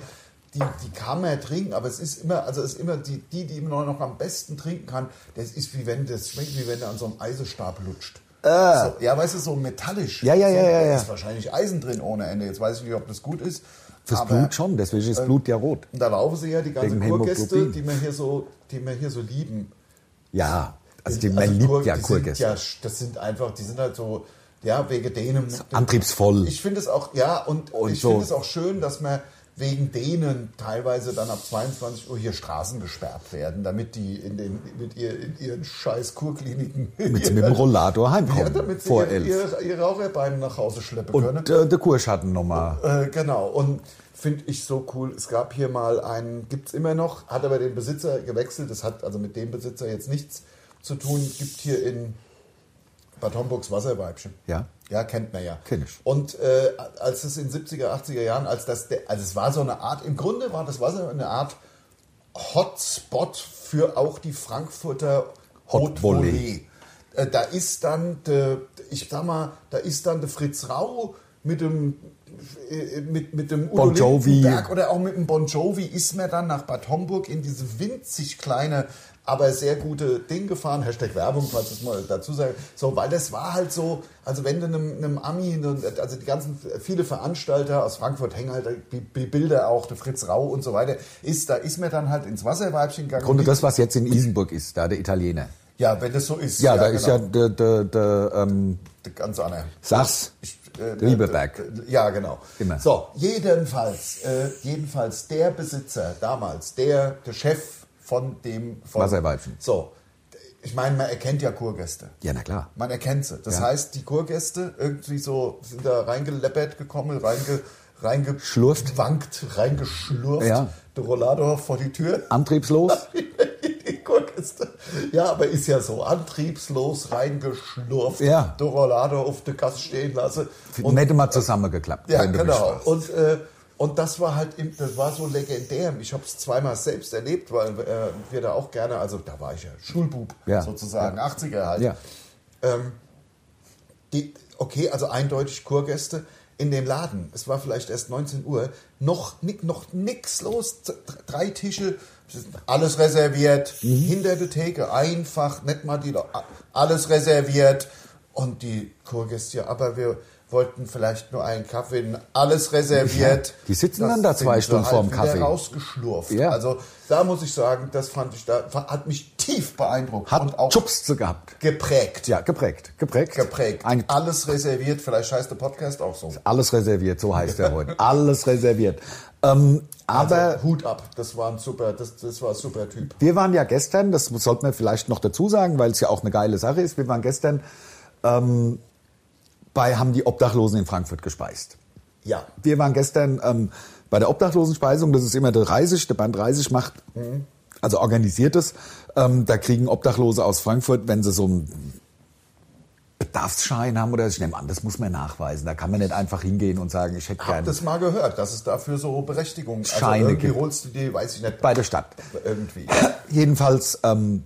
B: die, die kann man trinken, aber es ist immer, also es ist immer die, die, die man noch am besten trinken kann, das ist wie wenn, das schmeckt wie wenn du an so einem Eisenstab lutscht. So, ja, weißt du, so metallisch.
C: Ah. Ja, ja,
B: so,
C: ja, ja,
B: Da
C: ja.
B: ist wahrscheinlich Eisen drin ohne Ende. Jetzt weiß ich nicht, ob das gut ist.
C: Fürs
B: aber- Ähm,
C: Blut schon, deswegen ist Blut ja rot.
B: Und da laufen sie ja die ganzen
C: Wegen
B: Kurgäste,
C: Hämoglobin.
B: die wir hier so, die wir hier so lieben.
C: Ja, also die, man
B: Kur-
C: liebt ja
B: die
C: Kurgäste.
B: Sind ja, das sind einfach, die sind halt so, ja, wegen denen.
C: Antriebsvoll.
B: Ich finde es auch, ja, und,
C: Und
B: ich
C: so.
B: finde es auch schön, dass man wegen denen teilweise dann ab 22 Uhr hier Straßen gesperrt werden, damit die in den mit ihr in ihren scheiß Kurkliniken
C: mit, mit dem Rollator
B: ja,
C: heimkommen
B: damit sie
C: vor
B: ihr,
C: elf.
B: ihr, ihr Raucherbein nach Hause schleppen können.
C: und äh, der Kurschatten nochmal.
B: Äh, genau, und finde ich so cool. Es gab hier mal einen, gibt es immer noch, hat aber den Besitzer gewechselt. Das hat also mit dem Besitzer jetzt nichts zu tun. Gibt hier in Bad Homburgs Wasserweibchen.
C: Ja.
B: Ja, kennt man ja.
C: Kenn ich.
B: Und äh, als es in 70er, 80er Jahren, als das, der, also es war so eine Art, im Grunde war das Wasser eine Art Hotspot für auch die Frankfurter
C: Hot Volley.
B: Volley. Äh, Da ist dann, de, ich sag mal, da ist dann der Fritz Rau mit dem äh, mit, mit dem Udo
C: Bon Jovi.
B: Lindenberg oder auch mit dem Bon Jovi ist man dann nach Bad Homburg in diese winzig kleine, aber sehr gute Ding gefahren. Hashtag Werbung, falls ich es mal dazu sage. So, weil das war halt so, also wenn du einem, einem Ami, also die ganzen, viele Veranstalter aus Frankfurt hängen halt die die Bilder auch, der Fritz Rau und so weiter, ist, da ist man dann halt ins Wasserweibchen gegangen.
C: Im Grunde das, was jetzt in Isenburg ist, da der Italiener.
B: ja, wenn das so ist.
C: Ja, da ist ja
B: genau.
C: der, der, der ähm,
B: ganz andere.
C: Sachs,
B: äh,
C: der Lieberberg.
B: äh, Ja, genau.
C: Immer.
B: So, jedenfalls, äh, jedenfalls der Besitzer damals, der, der Chef von dem von,
C: Wasserweizen.
B: So, ich meine, man erkennt ja Kurgäste.
C: Ja, na klar.
B: Man erkennt sie. Das
C: Ja.
B: heißt, die Kurgäste irgendwie so sind da reingeleppert gekommen, reinge,
C: Schlurft.
B: reingewankt, reingeschlurft.
C: Ja.
B: Der Rollator vor die Tür.
C: Antriebslos.
B: Die Kurkiste. Ja, aber ist ja so antriebslos reingeschlurft,
C: Ja.
B: der Rollator auf der Kasse stehen lassen. Und-
C: Nicht immer zusammengeklappt.
B: ja,
C: wenn du mich
B: genau.
C: fragst.
B: Und, äh, und das war halt, im, das war so legendär. Ich habe es zweimal selbst erlebt, weil äh, wir da auch gerne, also da war ich ja Schulbub
C: Ja,
B: sozusagen, 80er halt.
C: Ja.
B: Die, okay, also eindeutig Kurgäste. in dem Laden, es war vielleicht erst 19 Uhr, noch, ni- noch nix los. Z- Drei Tische, alles reserviert.
C: Mhm.
B: Hinter der Theke, einfach, nicht mal die, Le- alles reserviert. Und die Kurgäste, ja, aber wir wollten vielleicht nur einen Kaffee, alles reserviert.
C: Die sitzen dann da
B: sind
C: zwei
B: sie
C: Stunden
B: halt
C: vorm
B: wieder
C: Kaffee.
B: Rausgeschlurft.
C: Ja.
B: Also da muss ich sagen, das fand ich da, hat mich tief beeindruckt und auch
C: Hat Schubs gehabt.
B: geprägt.
C: Ja, geprägt. Geprägt.
B: Geprägt.
C: Ein,
B: Alles reserviert, vielleicht heißt der Podcast auch so.
C: alles reserviert, so heißt er heute. Alles reserviert. Ähm, aber
B: Also, Hut ab, das war ein super, das, das war ein super Typ.
C: Wir waren ja gestern, das sollte man vielleicht noch dazu sagen, weil es ja auch eine geile Sache ist, wir waren gestern ähm, bei, haben die Obdachlosen in Frankfurt gespeist.
B: Ja.
C: Wir waren gestern ähm, bei der Obdachlosenspeisung, das ist immer der 30, der Band 30 macht, also organisiert es. Ähm, da kriegen Obdachlose aus Frankfurt, wenn sie so einen Bedarfsschein haben oder ich nehme an, das muss man nachweisen. Da kann man nicht einfach hingehen und sagen, ich hätte
B: Hab
C: gerne
B: das mal gehört, dass es dafür so Berechtigungen
C: Scheine
B: irgendwie
C: gibt.
B: holst du die, weiß ich nicht,
C: bei der Stadt.
B: irgendwie.
C: Jedenfalls ähm,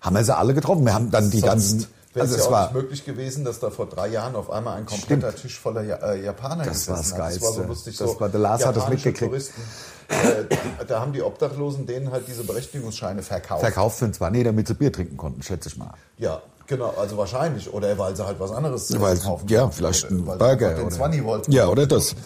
C: haben wir sie alle getroffen. Wir haben dann die ganzen.
B: Wäre es
C: Also
B: ja
C: es
B: auch
C: war
B: nicht möglich gewesen, dass da vor drei Jahren auf einmal ein kompletter Tisch voller ja äh, Japaner
C: Das war das
B: gesessen hat. Das war so
C: Geilste.
B: lustig.
C: Das
B: so
C: war- der Lars hat das
B: japanische
C: mitgekriegt.
B: Touristen, äh, da haben die Obdachlosen denen halt diese Berechtigungsscheine verkauft.
C: verkauft für zwar, nee, damit sie Bier trinken konnten, schätze ich mal.
B: Ja, genau, also wahrscheinlich. Oder weil sie halt was anderes zu
C: Weil,
B: essen kaufen
C: ja,
B: wollten.
C: vielleicht
B: Oder
C: ein
B: weil sie
C: Burger
B: einfach Den
C: oder-
B: 20 wollten.
C: Ja, oder das.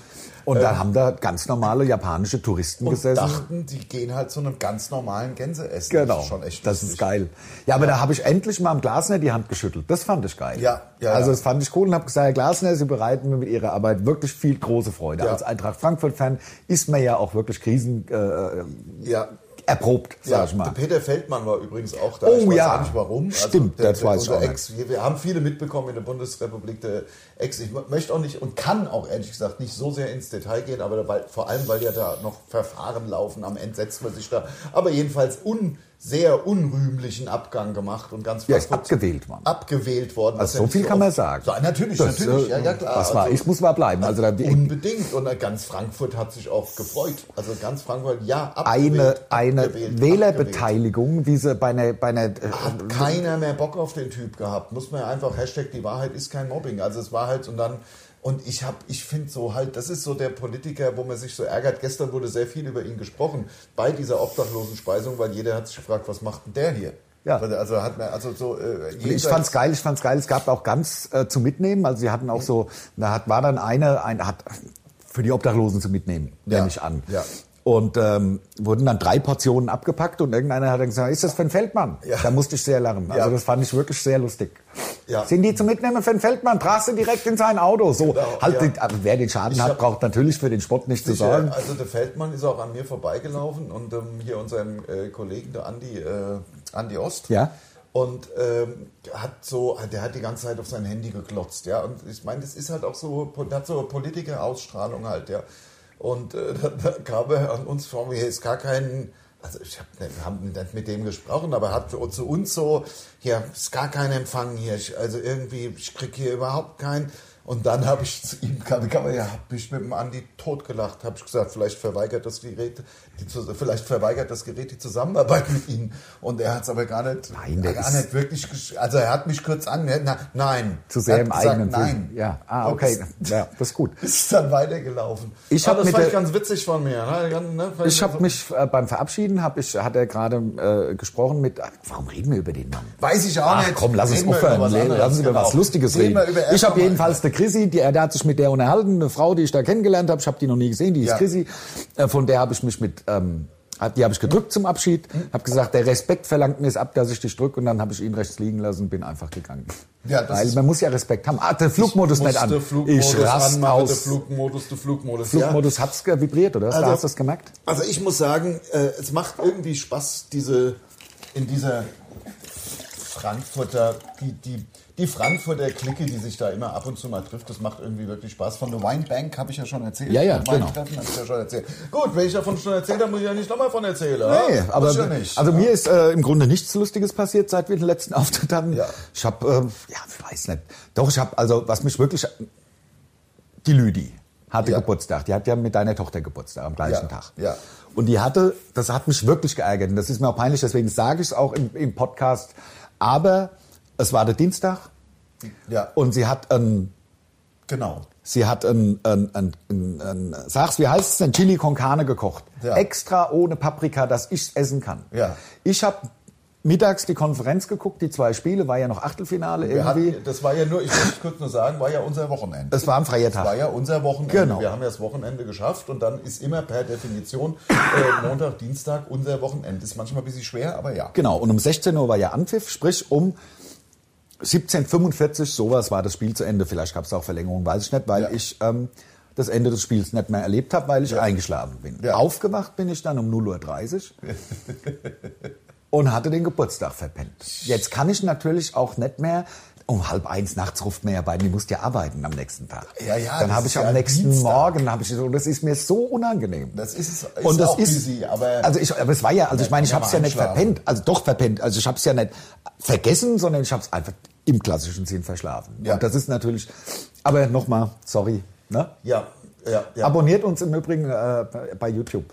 C: Und dann haben da ganz normale japanische Touristen
B: Äh, Und
C: gesessen.
B: dachten, die gehen halt zu einem ganz normalen Gänseessen.
C: Genau,
B: Das ist schon echt
C: das ist
B: lustig.
C: geil. Ja, aber da habe ich endlich mal am Glasner die Hand geschüttelt. Das fand ich geil.
B: Ja, ja,
C: Also
B: ja.
C: das fand ich cool und habe gesagt, Herr Glasner, Sie bereiten mir mit Ihrer Arbeit wirklich viel große Freude.
B: Ja.
C: Als Eintracht Frankfurt-Fan ist man ja auch wirklich krisen äh,
B: Ja.
C: erprobt, sag
B: Ja,
C: ich mal.
B: der Peter Feldmann war übrigens auch da.
C: Oh
B: ich weiß
C: ja.
B: auch nicht warum. Also
C: Stimmt, das weiß ich
B: unser
C: auch nicht.
B: Ex, wir, wir haben viele mitbekommen in der Bundesrepublik der Ex. Ich möchte auch nicht und kann auch ehrlich gesagt nicht so sehr ins Detail gehen, aber weil, vor allem, weil ja da noch Verfahren laufen. Am Ende setzt man sich da. Aber jedenfalls un, sehr unrühmlichen Abgang gemacht und ganz
C: Ja, ist
B: Frankfurt
C: abgewählt worden.
B: Abgewählt worden. was
C: Also
B: ja
C: so
B: nicht
C: viel kann man
B: oft-
C: sagen.
B: Ja, natürlich,
C: Das,
B: natürlich.
C: äh,
B: Ja, ja, klar.
C: Was war,
B: Also-
C: ich muss wahr bleiben. Also da,
B: Unbedingt. Und ganz Frankfurt hat sich auch gefreut. Also ganz Frankfurt, ja,
C: eine,
B: abgewählt,
C: eine
B: abgewählt, abgewählt.
C: Wählerbeteiligung, wie sie bei einer, bei einer äh,
B: Hat keiner mehr Bock auf den Typ gehabt. Muss man ja einfach, Hashtag die Wahrheit ist kein Mobbing. Also es war halt und dann, und ich hab, ich finde so halt, das ist so der Politiker, wo man sich so ärgert. Gestern wurde sehr viel über ihn gesprochen bei dieser obdachlosen Speisung, weil jeder hat sich gefragt, was macht denn der hier?
C: Ja.
B: Also, also hat man, also so, äh,
C: ich fand's geil, ich fand's geil. Es gab auch ganz äh, zu mitnehmen. Also sie hatten auch so, da hat, war dann eine, ein, hat für die Obdachlosen zu mitnehmen,
B: Ja,
C: nehme ich an.
B: ja.
C: Und ähm, wurden dann drei Portionen abgepackt und irgendeiner hat dann gesagt, ist das für ein Feldmann?
B: Ja.
C: Da musste ich sehr lachen. Also
B: Ja.
C: das fand ich wirklich sehr lustig.
B: Ja.
C: Sind die zu mitnehmen für den Feldmann? Trag sie direkt in sein Auto. So,
B: Genau,
C: halt
B: ja.
C: den, aber wer den Schaden
B: Ich
C: hat,
B: hab-
C: braucht natürlich für den Spott nicht zu
B: Sicher,
C: sorgen.
B: Also der Feldmann ist auch an mir vorbeigelaufen und ähm, hier unserem äh, Kollegen, der Andi, äh, Andi Ost.
C: Ja.
B: Und ähm, hat so, der hat die ganze Zeit auf sein Handy geklotzt, ja. Und ich meine, das ist halt auch so, der hat so eine Politiker-Ausstrahlung halt, ja. Und äh, dann, dann kam er an uns vor, hier ist gar kein, also ich hab, nicht- wir haben nicht mit dem gesprochen, aber hat zu zu uns so, hier ist gar kein Empfang hier, ich, also irgendwie, ich krieg hier überhaupt keinen. Und dann habe ich zu ihm, kam, kam, ja, hab mich mit dem Andi totgelacht, habe ich gesagt, vielleicht verweigert das Gerät, die, Zus- vielleicht verweigert das Gerät die Zusammenarbeit mit Ihnen. Und er hat es aber gar nicht,
C: Nein, der
B: gar
C: ist-
B: nicht wirklich, gesch- also er hat mich kurz an, na, nein.
C: Zu
B: Er
C: sehr
B: hat
C: im
B: gesagt,
C: eigenen
B: Nein.
C: Sinn. Ja, ah, okay. Ja, das ist gut.
B: Ist dann weitergelaufen.
C: Ich
B: Aber
C: hab
B: das
C: mit
B: fand ich
C: der-
B: ganz witzig von mir. Ne? Ganz, ne? Fand
C: Ich habe
B: so-
C: mich äh, beim Verabschieden, hab ich, hat er gerade äh, gesprochen mit, ah, warum reden wir über den Mann?
B: Weiß ich auch
C: Ach
B: nicht.
C: komm, lass uns
B: Reden wir über
C: aufhören,
B: was
C: lass
B: anderes,
C: uns über
B: genau.
C: was Lustiges
B: Reden
C: reden.
B: wir über
C: ich habe
B: Erdogan.
C: jedenfalls der Chrissy, die, der hat sich mit der unterhalten, eine Frau, die ich da kennengelernt habe, ich habe die noch nie gesehen, die ist
B: Ja.
C: Chrissy, äh, von der habe ich mich mit, ähm, hab- die habe ich gedrückt zum Abschied, habe gesagt, der Respekt verlangt mir es ab, dass ich dich drücke und dann habe ich ihn rechts liegen lassen und bin einfach gegangen.
B: Ja, das
C: Weil
B: ist-
C: man muss ja Respekt haben. Ah, der Flugmodus nicht an.
B: Musste Flugmodus
C: ich rast
B: anmachen, Der
C: aus.
B: Flugmodus, der Flugmodus.
C: Flugmodus hat's ge- vibriert, oder?
B: Also-
C: da hast du das gemerkt?
B: Ja. Also ich muss sagen, äh, es macht irgendwie Spaß, diese in dieser Frankfurter, die, die, die Frankfurter Clique, die sich da immer ab und zu mal trifft, das macht irgendwie wirklich Spaß. Von der Winebank habe ich ja schon erzählt.
C: Ja, ja,
B: Von Weintreffen
C: genau.
B: habe ich ja schon erzählt. Gut, wenn ich davon schon erzählt habe, muss ich ja nicht nochmal von erzählen.
C: Nee,
B: ja?
C: aber
B: Muss ja nicht.
C: also mir ist äh, im Grunde nichts Lustiges passiert, seit wir den letzten Auftritt hatten.
B: Ja.
C: Ich habe, äh, ja, ich weiß nicht. Doch, ich habe, also was mich wirklich, die Lüdi hatte
B: Ja.
C: Geburtstag. Die hat ja mit deiner Tochter Geburtstag am gleichen
B: Ja,
C: Tag.
B: ja.
C: Und die hatte, das hat mich wirklich geärgert. Und das ist mir auch peinlich, deswegen sage ich es auch im, im Podcast. Aber es war der Dienstag
B: ja,
C: und sie hat einen
B: genau.
C: Sie hat ein, ein, ein, ein, ein sag's, wie heißt es denn, Chili con Carne gekocht.
B: Ja.
C: Extra ohne Paprika, dass ich essen kann.
B: Ja.
C: Ich habe mittags die Konferenz geguckt, die zwei Spiele, war ja noch Achtelfinale
B: Wir
C: irgendwie.
B: hatten, das war ja nur, ich muss kurz nur sagen, war ja unser Wochenende.
C: es war am Freitag.
B: war ja unser Wochenende.
C: Genau.
B: Wir haben ja das Wochenende geschafft und dann ist immer per Definition äh, Montag, Dienstag unser Wochenende. Ist manchmal ein bisschen schwer, aber ja.
C: Genau, und um 16 Uhr war ja Anpfiff, sprich um 17.45 sowas war das Spiel zu Ende. Vielleicht gab es auch Verlängerung, weiß ich nicht, weil
B: Ja.
C: ich ähm, das Ende des Spiels nicht mehr erlebt habe, weil ich eingeschlafen bin.
B: Ja.
C: Aufgewacht bin ich dann um 0.30 Uhr und hatte den Geburtstag verpennt. Jetzt kann ich natürlich auch nicht mehr... Um halb eins nachts ruft mir ja bei, die musst ja arbeiten am nächsten Tag.
B: Ja, ja,
C: Dann
B: das
C: habe
B: ist
C: ich
B: ja
C: am nächsten
B: Dienstag.
C: Morgen, habe ich, so- das ist mir so unangenehm.
B: Das ist, ist
C: Und das
B: auch
C: ist,
B: busy, aber
C: also ich, aber es war ja, also ich meine, ich
B: Ähm, äh, kann
C: habe es ja
B: man
C: nicht
B: einschlafen.
C: verpennt, also doch verpennt, also ich habe es ja nicht vergessen, sondern ich habe es einfach im klassischen Sinn verschlafen.
B: Ja.
C: Und das ist natürlich, aber nochmal, sorry. Ne?
B: ja, ja, ja.
C: Abonniert uns im Übrigen äh, bei YouTube.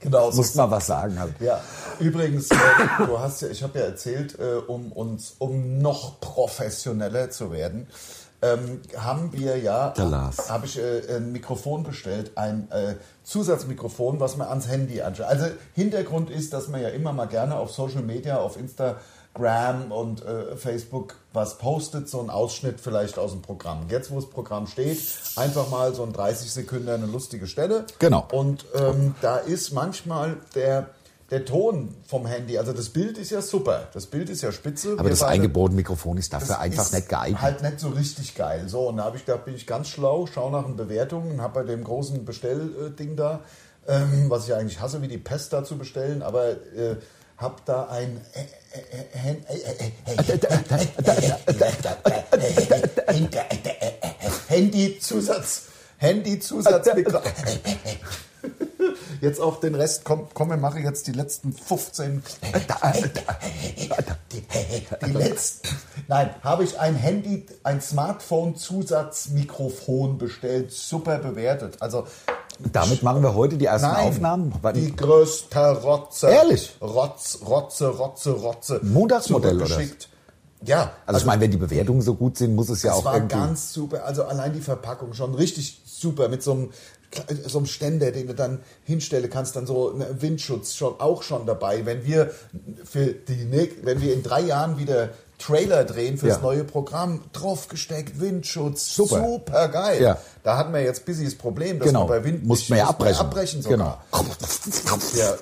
B: genau. so
C: Muss mal was sagen halt.
B: Ja, übrigens, äh, du hast ja, ich habe ja erzählt, äh, um uns, um noch professioneller zu werden, ähm, haben wir ja,
C: Der Lars.
B: habe ich äh, ein Mikrofon bestellt, ein äh, Zusatzmikrofon, was man ans Handy anschaut. Also Hintergrund ist, dass man ja immer mal gerne auf Social Media, auf Instagram und äh, Facebook was postet, so ein Ausschnitt vielleicht aus dem Programm. Jetzt, wo das Programm steht, einfach mal so in 30 Sekunden eine lustige Stelle.
C: Genau.
B: Und ähm, da ist manchmal der, der Ton vom Handy, also das Bild ist ja super, das Bild ist ja spitze.
C: Aber
B: Wir
C: das
B: beide-
C: eingebaute Mikrofon ist dafür
B: das
C: einfach
B: ist
C: nicht geeignet.
B: Halt nicht so richtig geil. So, und da habe ich gedacht, bin ich ganz schlau, schaue nach den Bewertungen und habe bei dem großen Bestellding da, ähm, was ich eigentlich hasse, wie die Pest da zu bestellen, aber äh, habe da ein. Handy-Zusatz. Handy-Zusatz. Jetzt auch den Rest, komm, komm, wir machen jetzt die letzten 15. Die, die letzten. Nein, habe ich ein Handy, ein Smartphone-Zusatzmikrofon bestellt, super bewertet. Also,
C: Damit machen wir heute die ersten
B: nein,
C: Aufnahmen. Weil- also
B: die größte Rotze.
C: Ehrlich?
B: Rotz, Rotze, Rotze, Rotze.
C: Montagsmodell, oder?
B: Zurückgeschickt. Ja,
C: also ich meine, wenn die Bewertungen so gut sind, muss es ja
B: das
C: auch
B: war
C: irgendwie.
B: ganz super. Also allein die Verpackung schon richtig super mit so einem, kle- so einem Ständer, den du dann hinstellen kannst, dann so einen Windschutz schon auch schon dabei. Wenn wir für die näch- wenn wir in drei Jahren wieder Trailer drehen fürs
C: Ja.
B: neue Programm, draufgesteckt, Windschutz,
C: Super.
B: super, geil.
C: Ja.
B: Da hatten wir jetzt ein bisschen das Problem, dass
C: genau.
B: wir bei Wind
C: Mussten wir ja
B: mussten
C: abbrechen.
B: abbrechen sogar.
C: genau.
B: Ja,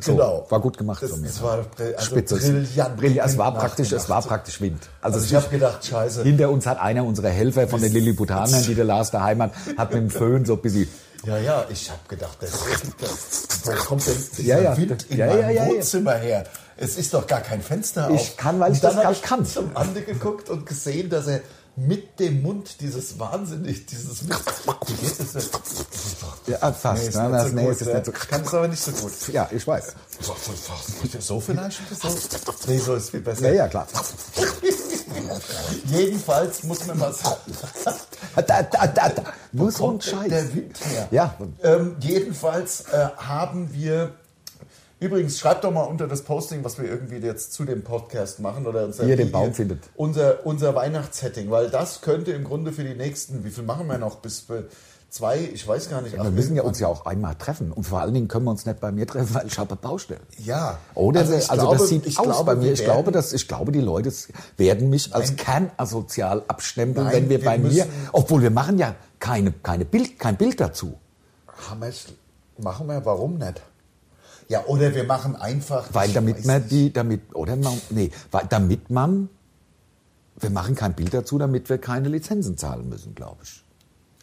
C: So,
B: genau.
C: war gut gemacht
B: Das,
C: von mir.
B: das war äh, also
C: Spitze.
B: brillant.
C: Brillant. Es war
B: nachgemacht.
C: praktisch, es war praktisch Wind. Also,
B: Also
C: es
B: ich habe gedacht, scheiße.
C: hinter uns hat einer unserer Helfer von den Lilliputanern, die der Lars daheim hat, hat mit dem Föhn so ein bisschen.
B: Ja, ja, ich habe gedacht, das, das, wo kommt denn dieser
C: Ja, ja,
B: Wind in
C: ja, ja,
B: meinem
C: ja, ja.
B: Wohnzimmer her? Es ist doch gar kein Fenster auf.
C: Ich kann, weil
B: Und
C: ich
B: dann
C: das gar
B: hab
C: nicht kann.
B: Ich zum Ande geguckt und gesehen, dass er mit dem Mund dieses wahnsinnig, dieses... Wie geht das denn?
C: Ja, fast.
B: Nee, ist
C: ne?
B: nicht
C: das,
B: so
C: nee,
B: gut,
C: es ist
B: ne?
C: nicht so.
B: Kann es aber nicht so gut.
C: Ja, ich weiß.
B: So vielleicht? So? Nee, so ist viel besser.
C: Ja, ja, klar.
B: Jedenfalls muss man mal sagen,
C: Da, da, da, da. Nur so ein
B: kommt
C: Scheiß.
B: der Wind her.
C: Ja,
B: Ähm, jedenfalls äh, haben wir. Übrigens, schreibt doch mal unter das Posting, was wir irgendwie jetzt zu dem Podcast machen oder unser,
C: Wie ihr den
B: Video-
C: Baum findet.
B: unser, unser Weihnachtssetting, weil das könnte im Grunde für die nächsten, wie viel machen wir noch? Bis äh, zwei, ich weiß gar nicht.
C: wir müssen ja uns ja auch einmal treffen. Und vor allen Dingen können wir uns nicht bei mir treffen, weil ich habe eine Baustelle.
B: Ja.
C: Oder
B: Also
C: also,
B: ich
C: also
B: glaube-
C: das sieht
B: ich
C: aus
B: glaube,
C: bei mir.
B: wir
C: Ich glaube,
B: werden-
C: dass ich glaube, die Leute s- werden mich als kernasozial abstempeln,
B: Nein,
C: wenn wir,
B: wir
C: bei mir,
B: müssen-
C: obwohl wir machen ja keine, keine Bild, kein Bild dazu.
B: Hammers, machen wir, warum nicht? Ja, oder wir machen einfach.
C: Weil
B: ich
C: damit
B: weiß
C: man
B: nicht.
C: die, damit, oder man, nee, weil, damit man, wir machen kein Bild dazu, damit wir keine Lizenzen zahlen müssen, glaube ich.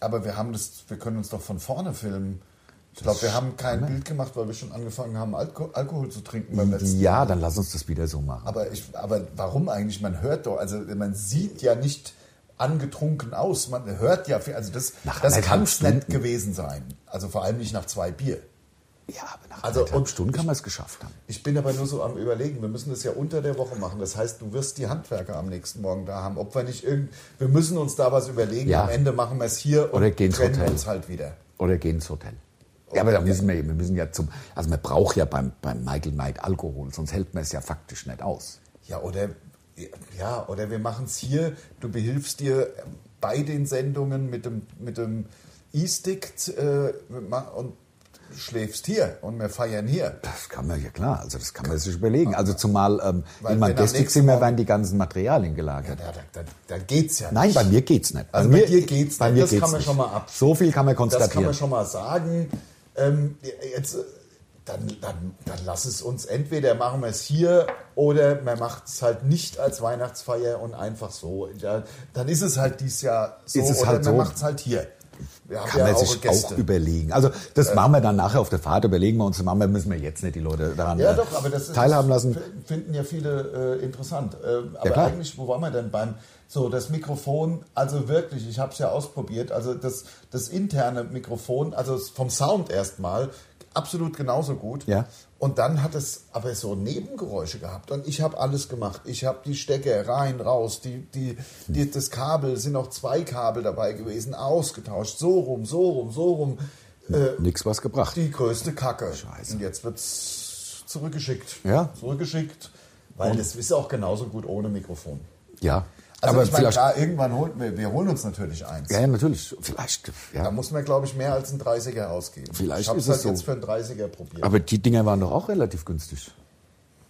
B: Aber wir haben das, wir können uns doch von vorne filmen. Ich glaube, wir haben kein Bild gemacht, weil wir schon angefangen haben, Alko Alkohol zu trinken beim letzten.
C: Ja, dann lass uns das wieder so machen.
B: Aber, ich, aber warum eigentlich? Man hört doch, also man sieht ja nicht angetrunken aus. Man hört ja, viel- also das,
C: Nach
B: das
C: anderthalb
B: kann es nicht
C: Stunden.
B: gewesen sein. Also vor allem nicht nach zwei Bier.
C: Ja, aber nach
B: Also,
C: also,
B: und-
C: anderthalb Stunden kann man es geschafft haben.
B: Ich bin aber nur so am Überlegen, wir müssen das ja unter der Woche machen. Das heißt, du wirst die Handwerker am nächsten Morgen da haben. Ob wir nicht irgend, wir müssen uns da was überlegen.
C: Ja.
B: Am Ende machen wir es hier
C: Oder
B: und
C: gehen ins
B: trennen
C: Hotel.
B: uns halt wieder.
C: Oder gehen ins Hotel. Ja, aber da müssen wir, eben- wir müssen ja zum, also man braucht ja beim, beim Michael Knight Alkohol, sonst hält man es ja faktisch nicht aus.
B: Ja, oder, ja, oder wir machen es hier, du behilfst dir bei den Sendungen mit dem, mit dem E-Stick äh, ma- und schläfst hier und wir feiern hier.
C: Das kann man ja klar, also das kann man sich überlegen. Also zumal ähm,
B: Weil
C: in
B: wenn am
C: meinem Gestik
B: nächsten
C: sind wir
B: Morgen-
C: werden die ganzen Materialien gelagert.
B: Da, da, da, da geht's ja
C: Nein,
B: nicht.
C: bei mir geht's nicht.
B: Also bei dir geht's
C: bei
B: nicht.
C: mir
B: Das
C: geht's
B: kann man
C: nicht.
B: schon mal ab-
C: So viel kann man
B: Das kann
C: konstatieren.
B: man schon mal sagen. Ähm, jetzt, äh, dann, dann, dann lass es uns entweder machen wir es hier oder man macht es halt nicht als Weihnachtsfeier und einfach so. Ja, dann ist es halt dieses Jahr so
C: Ist es
B: oder
C: halt
B: man
C: so.
B: macht es halt hier. Wir haben
C: kann man sich auch überlegen. Also das machen wir dann nachher auf der Fahrt, überlegen wir uns, das machen wir, müssen wir jetzt nicht die Leute daran
B: Ja,
C: äh,
B: doch, aber das ist,
C: teilhaben lassen.
B: f- finden ja viele äh, interessant. Äh, aber
C: klar.
B: eigentlich, wo waren wir denn beim? So, das Mikrofon, also wirklich, ich habe es ja ausprobiert, also das, das interne Mikrofon, also es- vom Sound erstmal, absolut genauso gut.
C: Ja.
B: Und dann hat es aber so Nebengeräusche gehabt und ich habe alles gemacht. Ich habe die Stecker rein, raus, die, die,
C: Hm.
B: die, das Kabel, sind noch zwei Kabel dabei gewesen, ausgetauscht, so rum, so rum, so rum. Äh,
C: Nix was gebracht.
B: die größte Kacke.
C: Scheiße.
B: Und jetzt wird's zurückgeschickt.
C: Ja.
B: Zurückgeschickt, weil das ist auch genauso gut ohne Mikrofon.
C: Ja.
B: Also
C: aber
B: ich meine,
C: vielleicht.
B: klar, irgendwann holen wir, wir holen uns natürlich eins.
C: ja, ja, natürlich. Vielleicht.
B: Da
C: Ja.
B: muss man, glaube ich, mehr als ein 30er ausgeben.
C: Vielleicht
B: ich habe
C: ist
B: halt
C: es so.
B: jetzt für einen 30er probiert.
C: Aber die Dinger waren doch auch relativ günstig.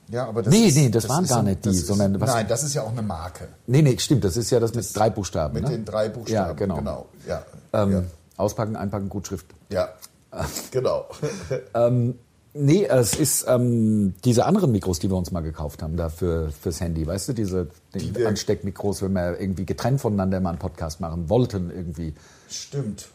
B: ja, aber das
C: Nee, nee, das waren
B: ist
C: gar
B: ein-
C: nicht die,
B: das ist,
C: sondern was-
B: Nein, das ist ja auch eine Marke.
C: Nee, nee, stimmt. Das ist ja das mit drei Buchstaben.
B: Mit
C: ne?
B: den drei Buchstaben.
C: Ja, genau.
B: genau. Ja,
C: Ähm, Auspacken, einpacken, Gutschrift.
B: ja. ja. genau.
C: Nee, es ist ähm, diese anderen Mikros, die wir uns mal gekauft haben, da für, fürs Handy, weißt du, diese die
B: wir-
C: Ansteckmikros, wenn wir irgendwie getrennt voneinander mal einen Podcast machen wollten irgendwie.
B: Stimmt.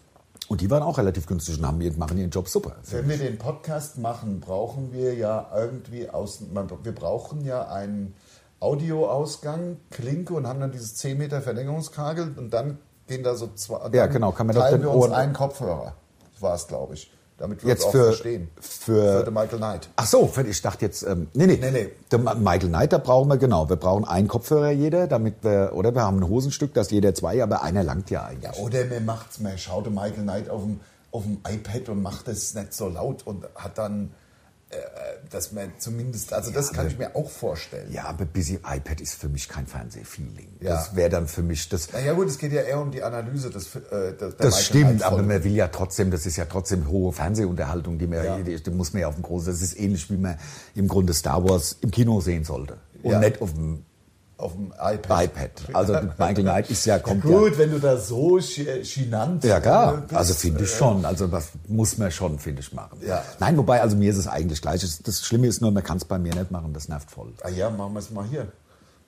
C: Und die waren auch relativ günstig und haben ihren, machen ihren Job super.
B: Wenn wir den Podcast machen, brauchen wir ja irgendwie aus. Man, wir brauchen ja einen Audioausgang, Klinke und haben dann dieses 10 Meter Verlängerungskabel und dann gehen da so zwei.
C: Ja,
B: dann
C: genau, kann man doch den
B: teilen wir uns
C: Ohren-
B: einen Kopfhörer. Das war es, glaube ich. Damit wir
C: Jetzt
B: uns auch
C: für-
B: verstehen.
C: für-
B: für den Michael Knight.
C: Ach so, für- ich dachte jetzt, ähm, nee, nee,
B: Nee, nee.
C: Der Ma- Michael Knight, da brauchen wir, genau, wir brauchen einen Kopfhörer jeder, damit wir, oder wir haben ein Hosenstück, dass jeder zwei, aber einer langt ja eigentlich.
B: Ja, oder man Oh, macht's, man schaut den Michael Knight auf dem, auf dem iPad und macht es nicht so laut und hat dann, äh, dass man zumindest, also das kann ich mir auch vorstellen.
C: Ja, aber Busy iPad ist für mich kein Fernsehfeeling.
B: Ja.
C: Das wäre dann für mich, das,
B: Naja gut, es geht ja eher um die Analyse des, äh, des der
C: Das stimmt, aber
B: Knight-Folgen.
C: man will ja trotzdem, das ist ja trotzdem hohe Fernsehunterhaltung, die, man, die, die muss man ja auf dem großen, das ist ähnlich, wie man im Grunde Star Wars im Kino sehen sollte und
B: Ja.
C: nicht auf dem
B: Auf dem iPad.
C: iPad. Also Michael Knight ist ja, kommt ja,
B: Gut, wenn du da so sch- chinant
C: ja
B: äh,
C: klar,
B: bist.
C: also finde ich schon, also das muss man schon, finde ich, machen.
B: Ja.
C: Nein, wobei, also mir ist es eigentlich gleich, Das- das Schlimme ist nur, man kann es bei mir nicht machen, das nervt voll.
B: Ah ja, machen wir es mal hier.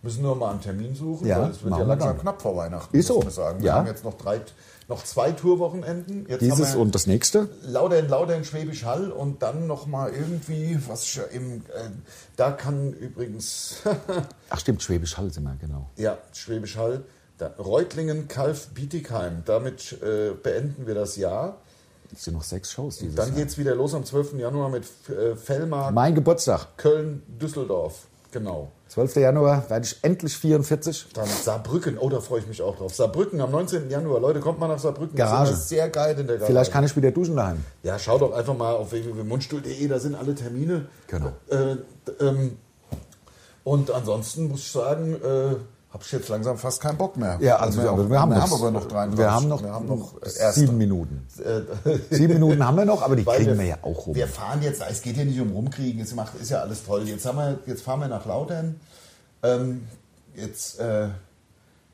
B: Müssen nur mal einen Termin suchen,
C: Ja,
B: weil es wird
C: machen
B: ja
C: wir
B: langsam
C: dann.
B: knapp vor Weihnachten,
C: Ist
B: muss
C: so,
B: man sagen. Wir
C: ja.
B: haben jetzt noch, drei, noch zwei Tourwochenenden. Jetzt
C: Dieses
B: haben wir
C: und das nächste?
B: Laudern, Laudern, Schwäbisch Hall und dann nochmal irgendwie, was ich ja im, äh, da kann übrigens,
C: Ach stimmt, Schwäbisch Hall sind wir, genau.
B: ja, Schwäbisch Hall, da, Reutlingen, Kalf, Bietigheim. Damit äh, beenden wir das Jahr.
C: Es sind noch sechs Shows dieses
B: Dann
C: Jahr.
B: geht's wieder los am 12. Januar mit äh, Fellmark,
C: Mein Geburtstag,
B: Köln, Düsseldorf. Genau.
C: 12. Januar, werde ich endlich 44.
B: Dann Saarbrücken. Oh, da freue ich mich auch drauf. Saarbrücken am 19. Januar. Leute, kommt mal nach Saarbrücken.
C: Garage.
B: Das ist immer sehr geil in der Garage.
C: Vielleicht kann ich wieder duschen daheim.
B: ja, schau doch einfach mal auf www.mundstuhl.de. Da sind alle Termine.
C: Genau.
B: Äh, d- ähm, und ansonsten muss ich sagen, äh, habe ich jetzt langsam fast keinen Bock mehr.
C: Ja, also wir, aber wir haben,
B: wir
C: noch-
B: haben aber noch 33.
C: Wir haben noch,
B: wir haben noch äh, erste.
C: sieben Minuten.
B: Äh,
C: Sieben Minuten haben wir noch, aber die
B: Weil
C: kriegen wir, ja auch rum.
B: Wir fahren jetzt, es geht ja nicht um rumkriegen, es macht, ist ja alles toll. Jetzt, haben wir, jetzt fahren wir nach Lautern. Ähm, jetzt, äh,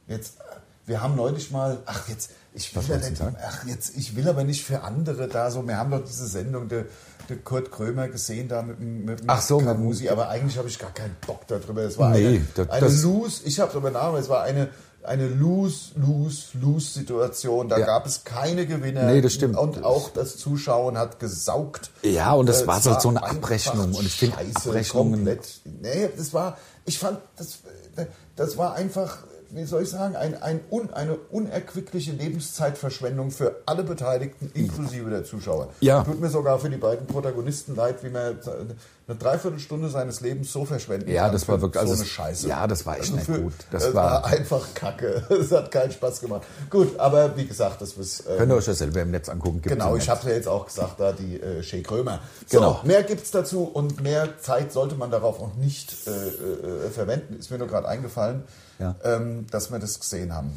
B: jetzt, äh, wir haben neulich mal, ach jetzt, ich will, ja
C: wolltest du
B: nicht,
C: sagen?
B: ach jetzt, ich will aber nicht für andere da so, wir haben doch diese Sendung, der der Kurt Krömer gesehen da mit, dem- mit dem
C: Ach so, mit dem-
B: Kamusi, aber eigentlich habe ich gar keinen Bock darüber. Es war
C: Nee,
B: eine,
C: das-
B: eine
C: das-
B: lose, ich habe darüber nachgedacht, es war eine, eine lose, lose, lose Situation. Da
C: Ja.
B: gab es keine Gewinner.
C: Nee, das stimmt.
B: Äh, Und auch das Zuschauen hat gesaugt.
C: Ja, und das
B: Äh,
C: war
B: es
C: so- so eine
B: einfach
C: Abrechnung. Und ich finde
B: scheiße,
C: Abrechnungen-
B: Komplett. Nee, das war, ich fand, das, äh, das war einfach, wie soll ich sagen, ein, ein un, eine unerquickliche Lebenszeitverschwendung für alle Beteiligten, inklusive der Zuschauer.
C: Ja.
B: Tut mir sogar für die beiden Protagonisten leid, wie man eine Dreiviertelstunde seines Lebens so verschwenden
C: Ja,
B: kann
C: das
B: für
C: war wirklich-
B: so
C: also
B: eine
C: es-
B: Scheiße.
C: ja, das war echt nicht gut. Das
B: Das
C: war-
B: war einfach Kacke. Es hat keinen Spaß gemacht. Gut, aber wie gesagt, das ist. äh,
C: Könnt ihr euch das selber im Netz angucken. gibt's
B: Genau,
C: im
B: ich
C: Netz.
B: habe ja jetzt auch gesagt, da die äh, Shea Krömer.
C: Genau.
B: So, mehr gibt's dazu und mehr Zeit sollte man darauf auch nicht äh, äh, äh, verwenden. Ist mir nur gerade eingefallen,
C: Ja.
B: ähm, dass wir das gesehen haben.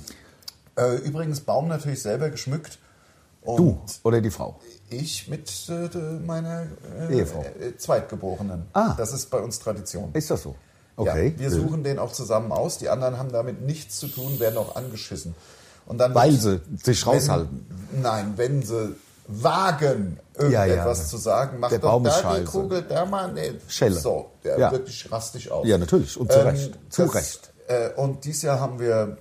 B: Äh, übrigens, Baum natürlich selber geschmückt. Und
C: Du oder die Frau?
B: Ich mit äh, de- meiner äh,
C: Ehefrau.
B: äh, Zweitgeborenen.
C: Ah.
B: Das ist bei uns Tradition.
C: Ist Äh. das so?
B: Ja, wir suchen den auch zusammen aus. Die anderen haben damit nichts zu tun, werden auch angeschissen. Und dann
C: Weil sie sich raushalten.
B: Wenn, nein, wenn sie wagen,
C: Ja, ja.
B: irgendetwas zu sagen, macht
C: Der
B: doch
C: Baum ist
B: da die
C: scheiße.
B: Kugel permanent.
C: Schelle.
B: So, der
C: Ja.
B: wirklich rastig aus.
C: Ja, natürlich. Und zu Recht. Zu
B: Ähm, das,
C: Recht.
B: Äh, und dieses Jahr haben wir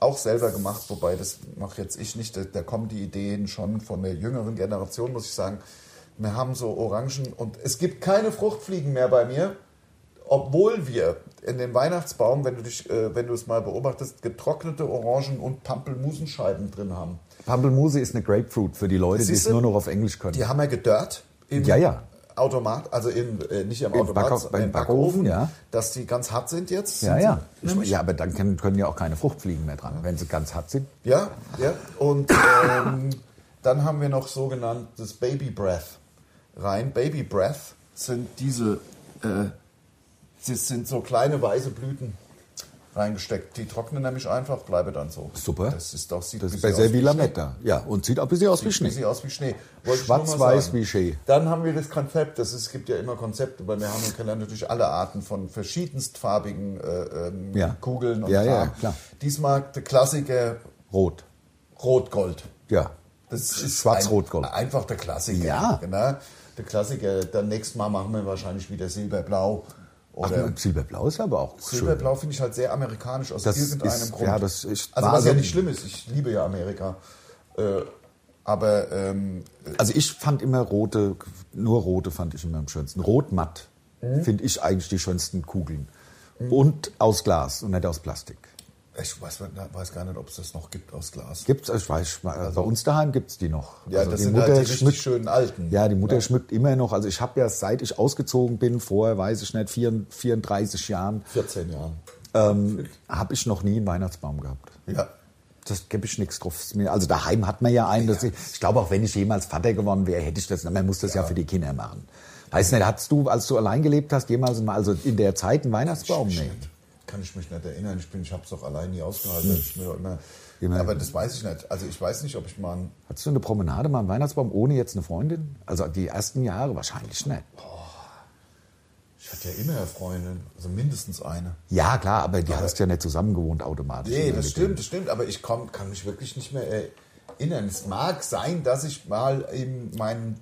B: auch selber gemacht, wobei das mache jetzt ich nicht. Da, da kommen die Ideen schon von der jüngeren Generation, muss ich sagen. Wir haben so Orangen und es gibt keine Fruchtfliegen mehr bei mir, obwohl wir in den Weihnachtsbaum, wenn du dich, äh, wenn du es mal beobachtest, getrocknete Orangen und Pampelmusenscheiben drin haben.
C: Pampelmuse ist eine Grapefruit für die Leute, die es
B: Siehste?
C: nur noch auf Englisch können.
B: Die haben ja gedörrt im
C: Ja, ja.
B: Automat, also in, äh, nicht im,
C: Im
B: Automat,
C: Backof-
B: sondern
C: beim
B: im
C: Backofen, ja.
B: dass die ganz hart sind jetzt.
C: Ja,
B: Sind
C: ja.
B: sie nämlich?
C: ja, aber dann können, können ja auch keine Fruchtfliegen mehr dran, wenn sie ganz hart sind.
B: Ja, ja. Und ähm, dann haben wir noch sogenanntes Baby Breath rein. Baby Breath sind diese, äh, das sind so kleine weiße Blüten reingesteckt. Die trocknen nämlich einfach, bleiben dann so.
C: Super.
B: Das ist doch sieht
C: Das ist
B: ein
C: bei
B: bisschen aus
C: Selvi
B: wie
C: Lametta. Ja, und sieht auch ein bisschen aus wie
B: Schnee.
C: Schnee.
B: Sieht aus wie Schnee. Wollte ich
C: Schwarz-weiß
B: nur mal sagen.
C: wie Schnee.
B: Dann haben wir das Konzept, das ist, es gibt ja immer Konzepte, weil wir haben im Keller natürlich alle Arten von verschiedenstfarbigen äh, ähm,
C: Ja.
B: Kugeln und
C: Ja, ja,
B: Farben.
C: klar.
B: Diesmal der Klassiker
C: Rot.
B: Rot-Gold.
C: Ja.
B: Das ist
C: Schwarz-Rot-Gold.
B: ein- Einfach der Klassiker.
C: Ja.
B: Genau. Der Klassiker. Dann nächstes Mal machen wir wahrscheinlich wieder Silberblau.
C: Ach,
B: Oder
C: Silberblau ist aber auch schön.
B: Silberblau finde ich halt sehr amerikanisch aus
C: Das
B: irgendeinem
C: ist-
B: Grund.
C: ja, das ist
B: also was ja
C: Wahnsinn.
B: nicht schlimm ist. Ich liebe ja Amerika. Äh, aber ähm,
C: Also ich fand immer rote, nur rote fand ich immer am schönsten. Rot-matt finde ich eigentlich die schönsten Kugeln. Und aus Glas und nicht aus Plastik.
B: ich weiß, weiß gar nicht, ob es das noch gibt aus Glas.
C: Gibt's, ich weiß, bei uns daheim gibt's die noch.
B: Ja,
C: Also
B: das
C: die
B: sind
C: Mutter
B: halt die richtig
C: schmückt-
B: schönen alten.
C: Ja, die Mutter schmückt immer noch. Also ich habe ja, seit ich ausgezogen bin, vor, weiß ich nicht, 34 34 Jahren,
B: 14 Jahren.
C: ähm, habe ich noch nie einen Weihnachtsbaum gehabt.
B: Ja.
C: Das gebe ich nichts drauf. Ist mir- Also daheim hat man ja einen. Das ich ich glaube, auch wenn ich jemals Vater geworden wäre, hätte ich das. Man muss das ja, für die Kinder machen. Weiß nicht, hattest du, als du allein gelebt hast, jemals mal, also in der Zeit einen Weihnachtsbaum?
B: Ich-
C: Nee.
B: Kann ich mich nicht erinnern. Ich bin, ich habe es doch allein nie ausgehalten.
C: Hm.
B: Ich mir immer,
C: Immer.
B: Aber das weiß ich nicht. Also ich weiß nicht, ob ich mal einen
C: Hattest du eine Promenade mal einen Weihnachtsbaum ohne jetzt eine Freundin? Also die ersten Jahre wahrscheinlich nicht.
B: Ich hatte ja immer eine Freundin, also mindestens eine.
C: Ja, klar, aber die hast ja nicht zusammen gewohnt automatisch.
B: Nee,
C: Immer
B: das
C: mit denen.
B: stimmt, das stimmt, aber ich komm, kann mich wirklich nicht mehr äh, erinnern. Es mag sein, dass ich mal in meinen,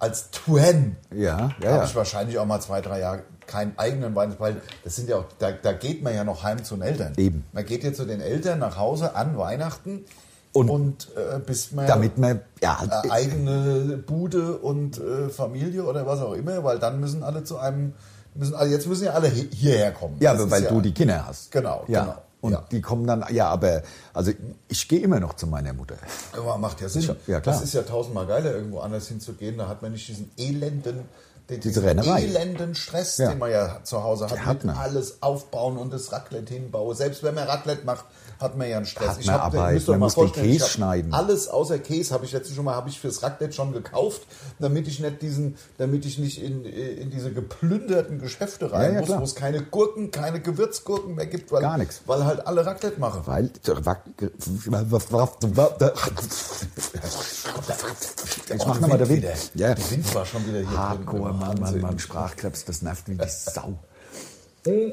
B: als Twin,
C: Ja, ja,
B: habe
C: ja.
B: ich wahrscheinlich auch mal zwei, drei Jahre keinen eigenen Weihnachten, weil das sind ja auch, da, da geht man ja noch heim zu den Eltern.
C: Eben.
B: Man geht ja zu den Eltern nach Hause an Weihnachten
C: Und-
B: und, äh, bis man
C: Damit man, ja,
B: äh, eigene Bude und äh, Familie oder was auch immer, weil dann müssen alle zu einem, müssen alle, jetzt müssen ja alle hi- hierher kommen.
C: Ja,
B: Das ist
C: weil du die Kinder hast.
B: Genau,
C: ja.
B: genau,
C: Und
B: ja.
C: die kommen dann, ja, aber also ich gehe immer noch zu meiner Mutter.
B: Aber macht ja Sinn.
C: ja, klar.
B: Das ist ja tausendmal geiler, irgendwo anders hinzugehen. Da hat man nicht diesen elenden, den,
C: Diese
B: diesen
C: Rennerei.
B: elenden Stress,
C: Ja.
B: den man ja zu Hause hat.
C: hat
B: mit
C: man.
B: alles aufbauen und das Raclette hinbauen. Selbst wenn man Raclette macht, hat man ja einen Stress.
C: Hat man Arbeit,
B: müsst ihr
C: man
B: mal
C: muss den
B: vorstellen, ich
C: Käse
B: hab
C: schneiden.
B: Alles außer Käse habe ich letztens schon mal, habe ich fürs Raclette schon gekauft, damit ich nicht diesen, damit ich nicht in, äh, in diese geplünderten Geschäfte rein
C: Ja, ja,
B: muss,
C: klar.
B: wo es keine Gurken, keine Gewürzgurken mehr gibt, weil,
C: Gar nix.
B: weil halt alle Raclette machen.
C: Weil ich mach nochmal der Wind.
B: Ja.
C: Ja.
B: Der Wind war schon wieder hier.
C: Hardcore,
B: drin.
C: Mann, Mann, Mann, Sprachkrebs, das nervt wie die Sau.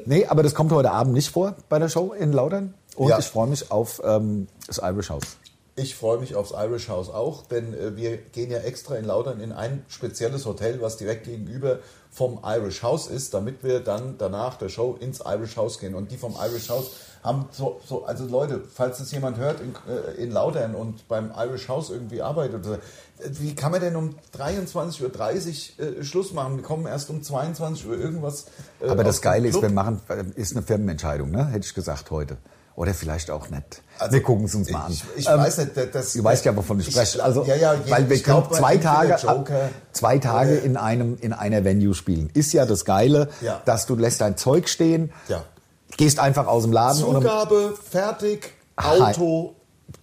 C: Nee, aber das kommt heute Abend nicht vor bei der Show in Laudern. Und
B: Ja.
C: ich freue mich auf ähm, das Irish House.
B: Ich freue mich aufs Irish House auch, denn äh, wir gehen ja extra in Laudern in ein spezielles Hotel, was direkt gegenüber vom Irish House ist, damit wir dann danach der Show ins Irish House gehen. Und die vom Irish House haben so, so also Leute, falls das jemand hört in, äh, in Laudern und beim Irish House irgendwie arbeitet, oder so, äh, wie kann man denn um 23.30 Uhr äh, Schluss machen? Wir kommen erst um 22 Uhr irgendwas. äh,
C: Aber
B: aus
C: das
B: dem
C: Geile ist,
B: Club.
C: wir machen, äh, ist eine Firmenentscheidung, ne? hätte ich gesagt heute. Oder vielleicht auch nicht.
B: Also,
C: wir gucken es uns mal an.
B: Ich, ich
C: Ähm,
B: weiß nicht, das.
C: Du weißt ja, wovon ich spreche. Also,
B: ja, ja, je-
C: weil wir
B: ich glaub,
C: können zwei
B: entweder
C: Tage,
B: Joker
C: zwei Tage
B: oder-
C: in einem in einer Venue spielen. Ist ja das Geile,
B: Ja.
C: dass du lässt dein Zeug stehen,
B: Ja.
C: gehst einfach aus dem Laden und
B: Zugabe, fertig,
C: Also Hi.
B: Auto,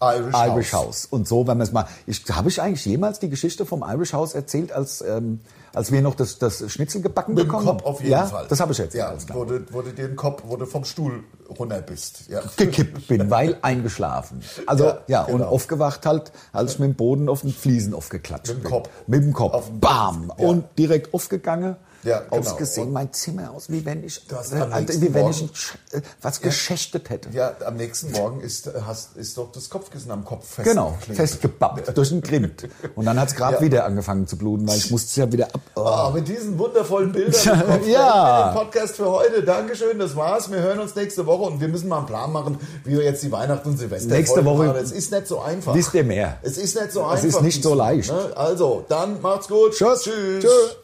B: Irish,
C: Irish
B: House.
C: House. Und so, wenn man es mal, ich, habe ich eigentlich jemals die Geschichte vom Irish House erzählt, als, ähm, als wir noch das, das Schnitzel gebacken
B: Mit dem
C: bekommen
B: Kopf
C: haben?
B: auf jeden
C: ja,
B: Fall.
C: das habe ich jetzt.
B: Ja, wurde, wurde dir ein Kopf, wurde vom Stuhl runter bist. Ja.
C: gekippt bin, weil eingeschlafen. Also ja,
B: Ja,
C: und
B: genau.
C: aufgewacht halt, als ich mit dem Boden auf den Fliesen aufgeklatscht
B: Mit dem
C: bin.
B: Kopf.
C: Mit dem Kopf.
B: Auf den
C: Bam.
B: Kopf, ja.
C: Und direkt aufgegangen.
B: Ja, genau.
C: Ausgesehen
B: Und-
C: mein Zimmer aus, wie wenn ich, äh,
B: Du hast am
C: Alter,
B: nächsten
C: wie wenn
B: Morgen-
C: ich ein Sch- äh, was geschächtet hätte.
B: Ja, am nächsten Morgen ist, hast, ist doch das Kopfkissen am Kopf fest.
C: Genau, festgebappt durch den Grind. Und dann hat es gerade
B: Ja.
C: wieder angefangen zu bluten, weil ich musste es ja wieder ab. Oh,
B: Ah, mit diesen wundervollen Bildern.
C: Ja.
B: bekommen wir
C: Ja.
B: Den Podcast für heute. Dankeschön, das war's. Wir hören uns nächste Woche und wir müssen mal einen Plan machen, wie wir jetzt die Weihnachten und Silvester
C: Nächste
B: Folgen
C: Woche
B: machen. Es ist nicht so einfach.
C: wisst ihr mehr.
B: Es ist nicht so
C: Es
B: einfach.
C: ist nicht so
B: diesmal,
C: leicht.
B: ne? Also, dann macht's gut.
C: Tschüss.
B: Tschüss.
C: Tschüss.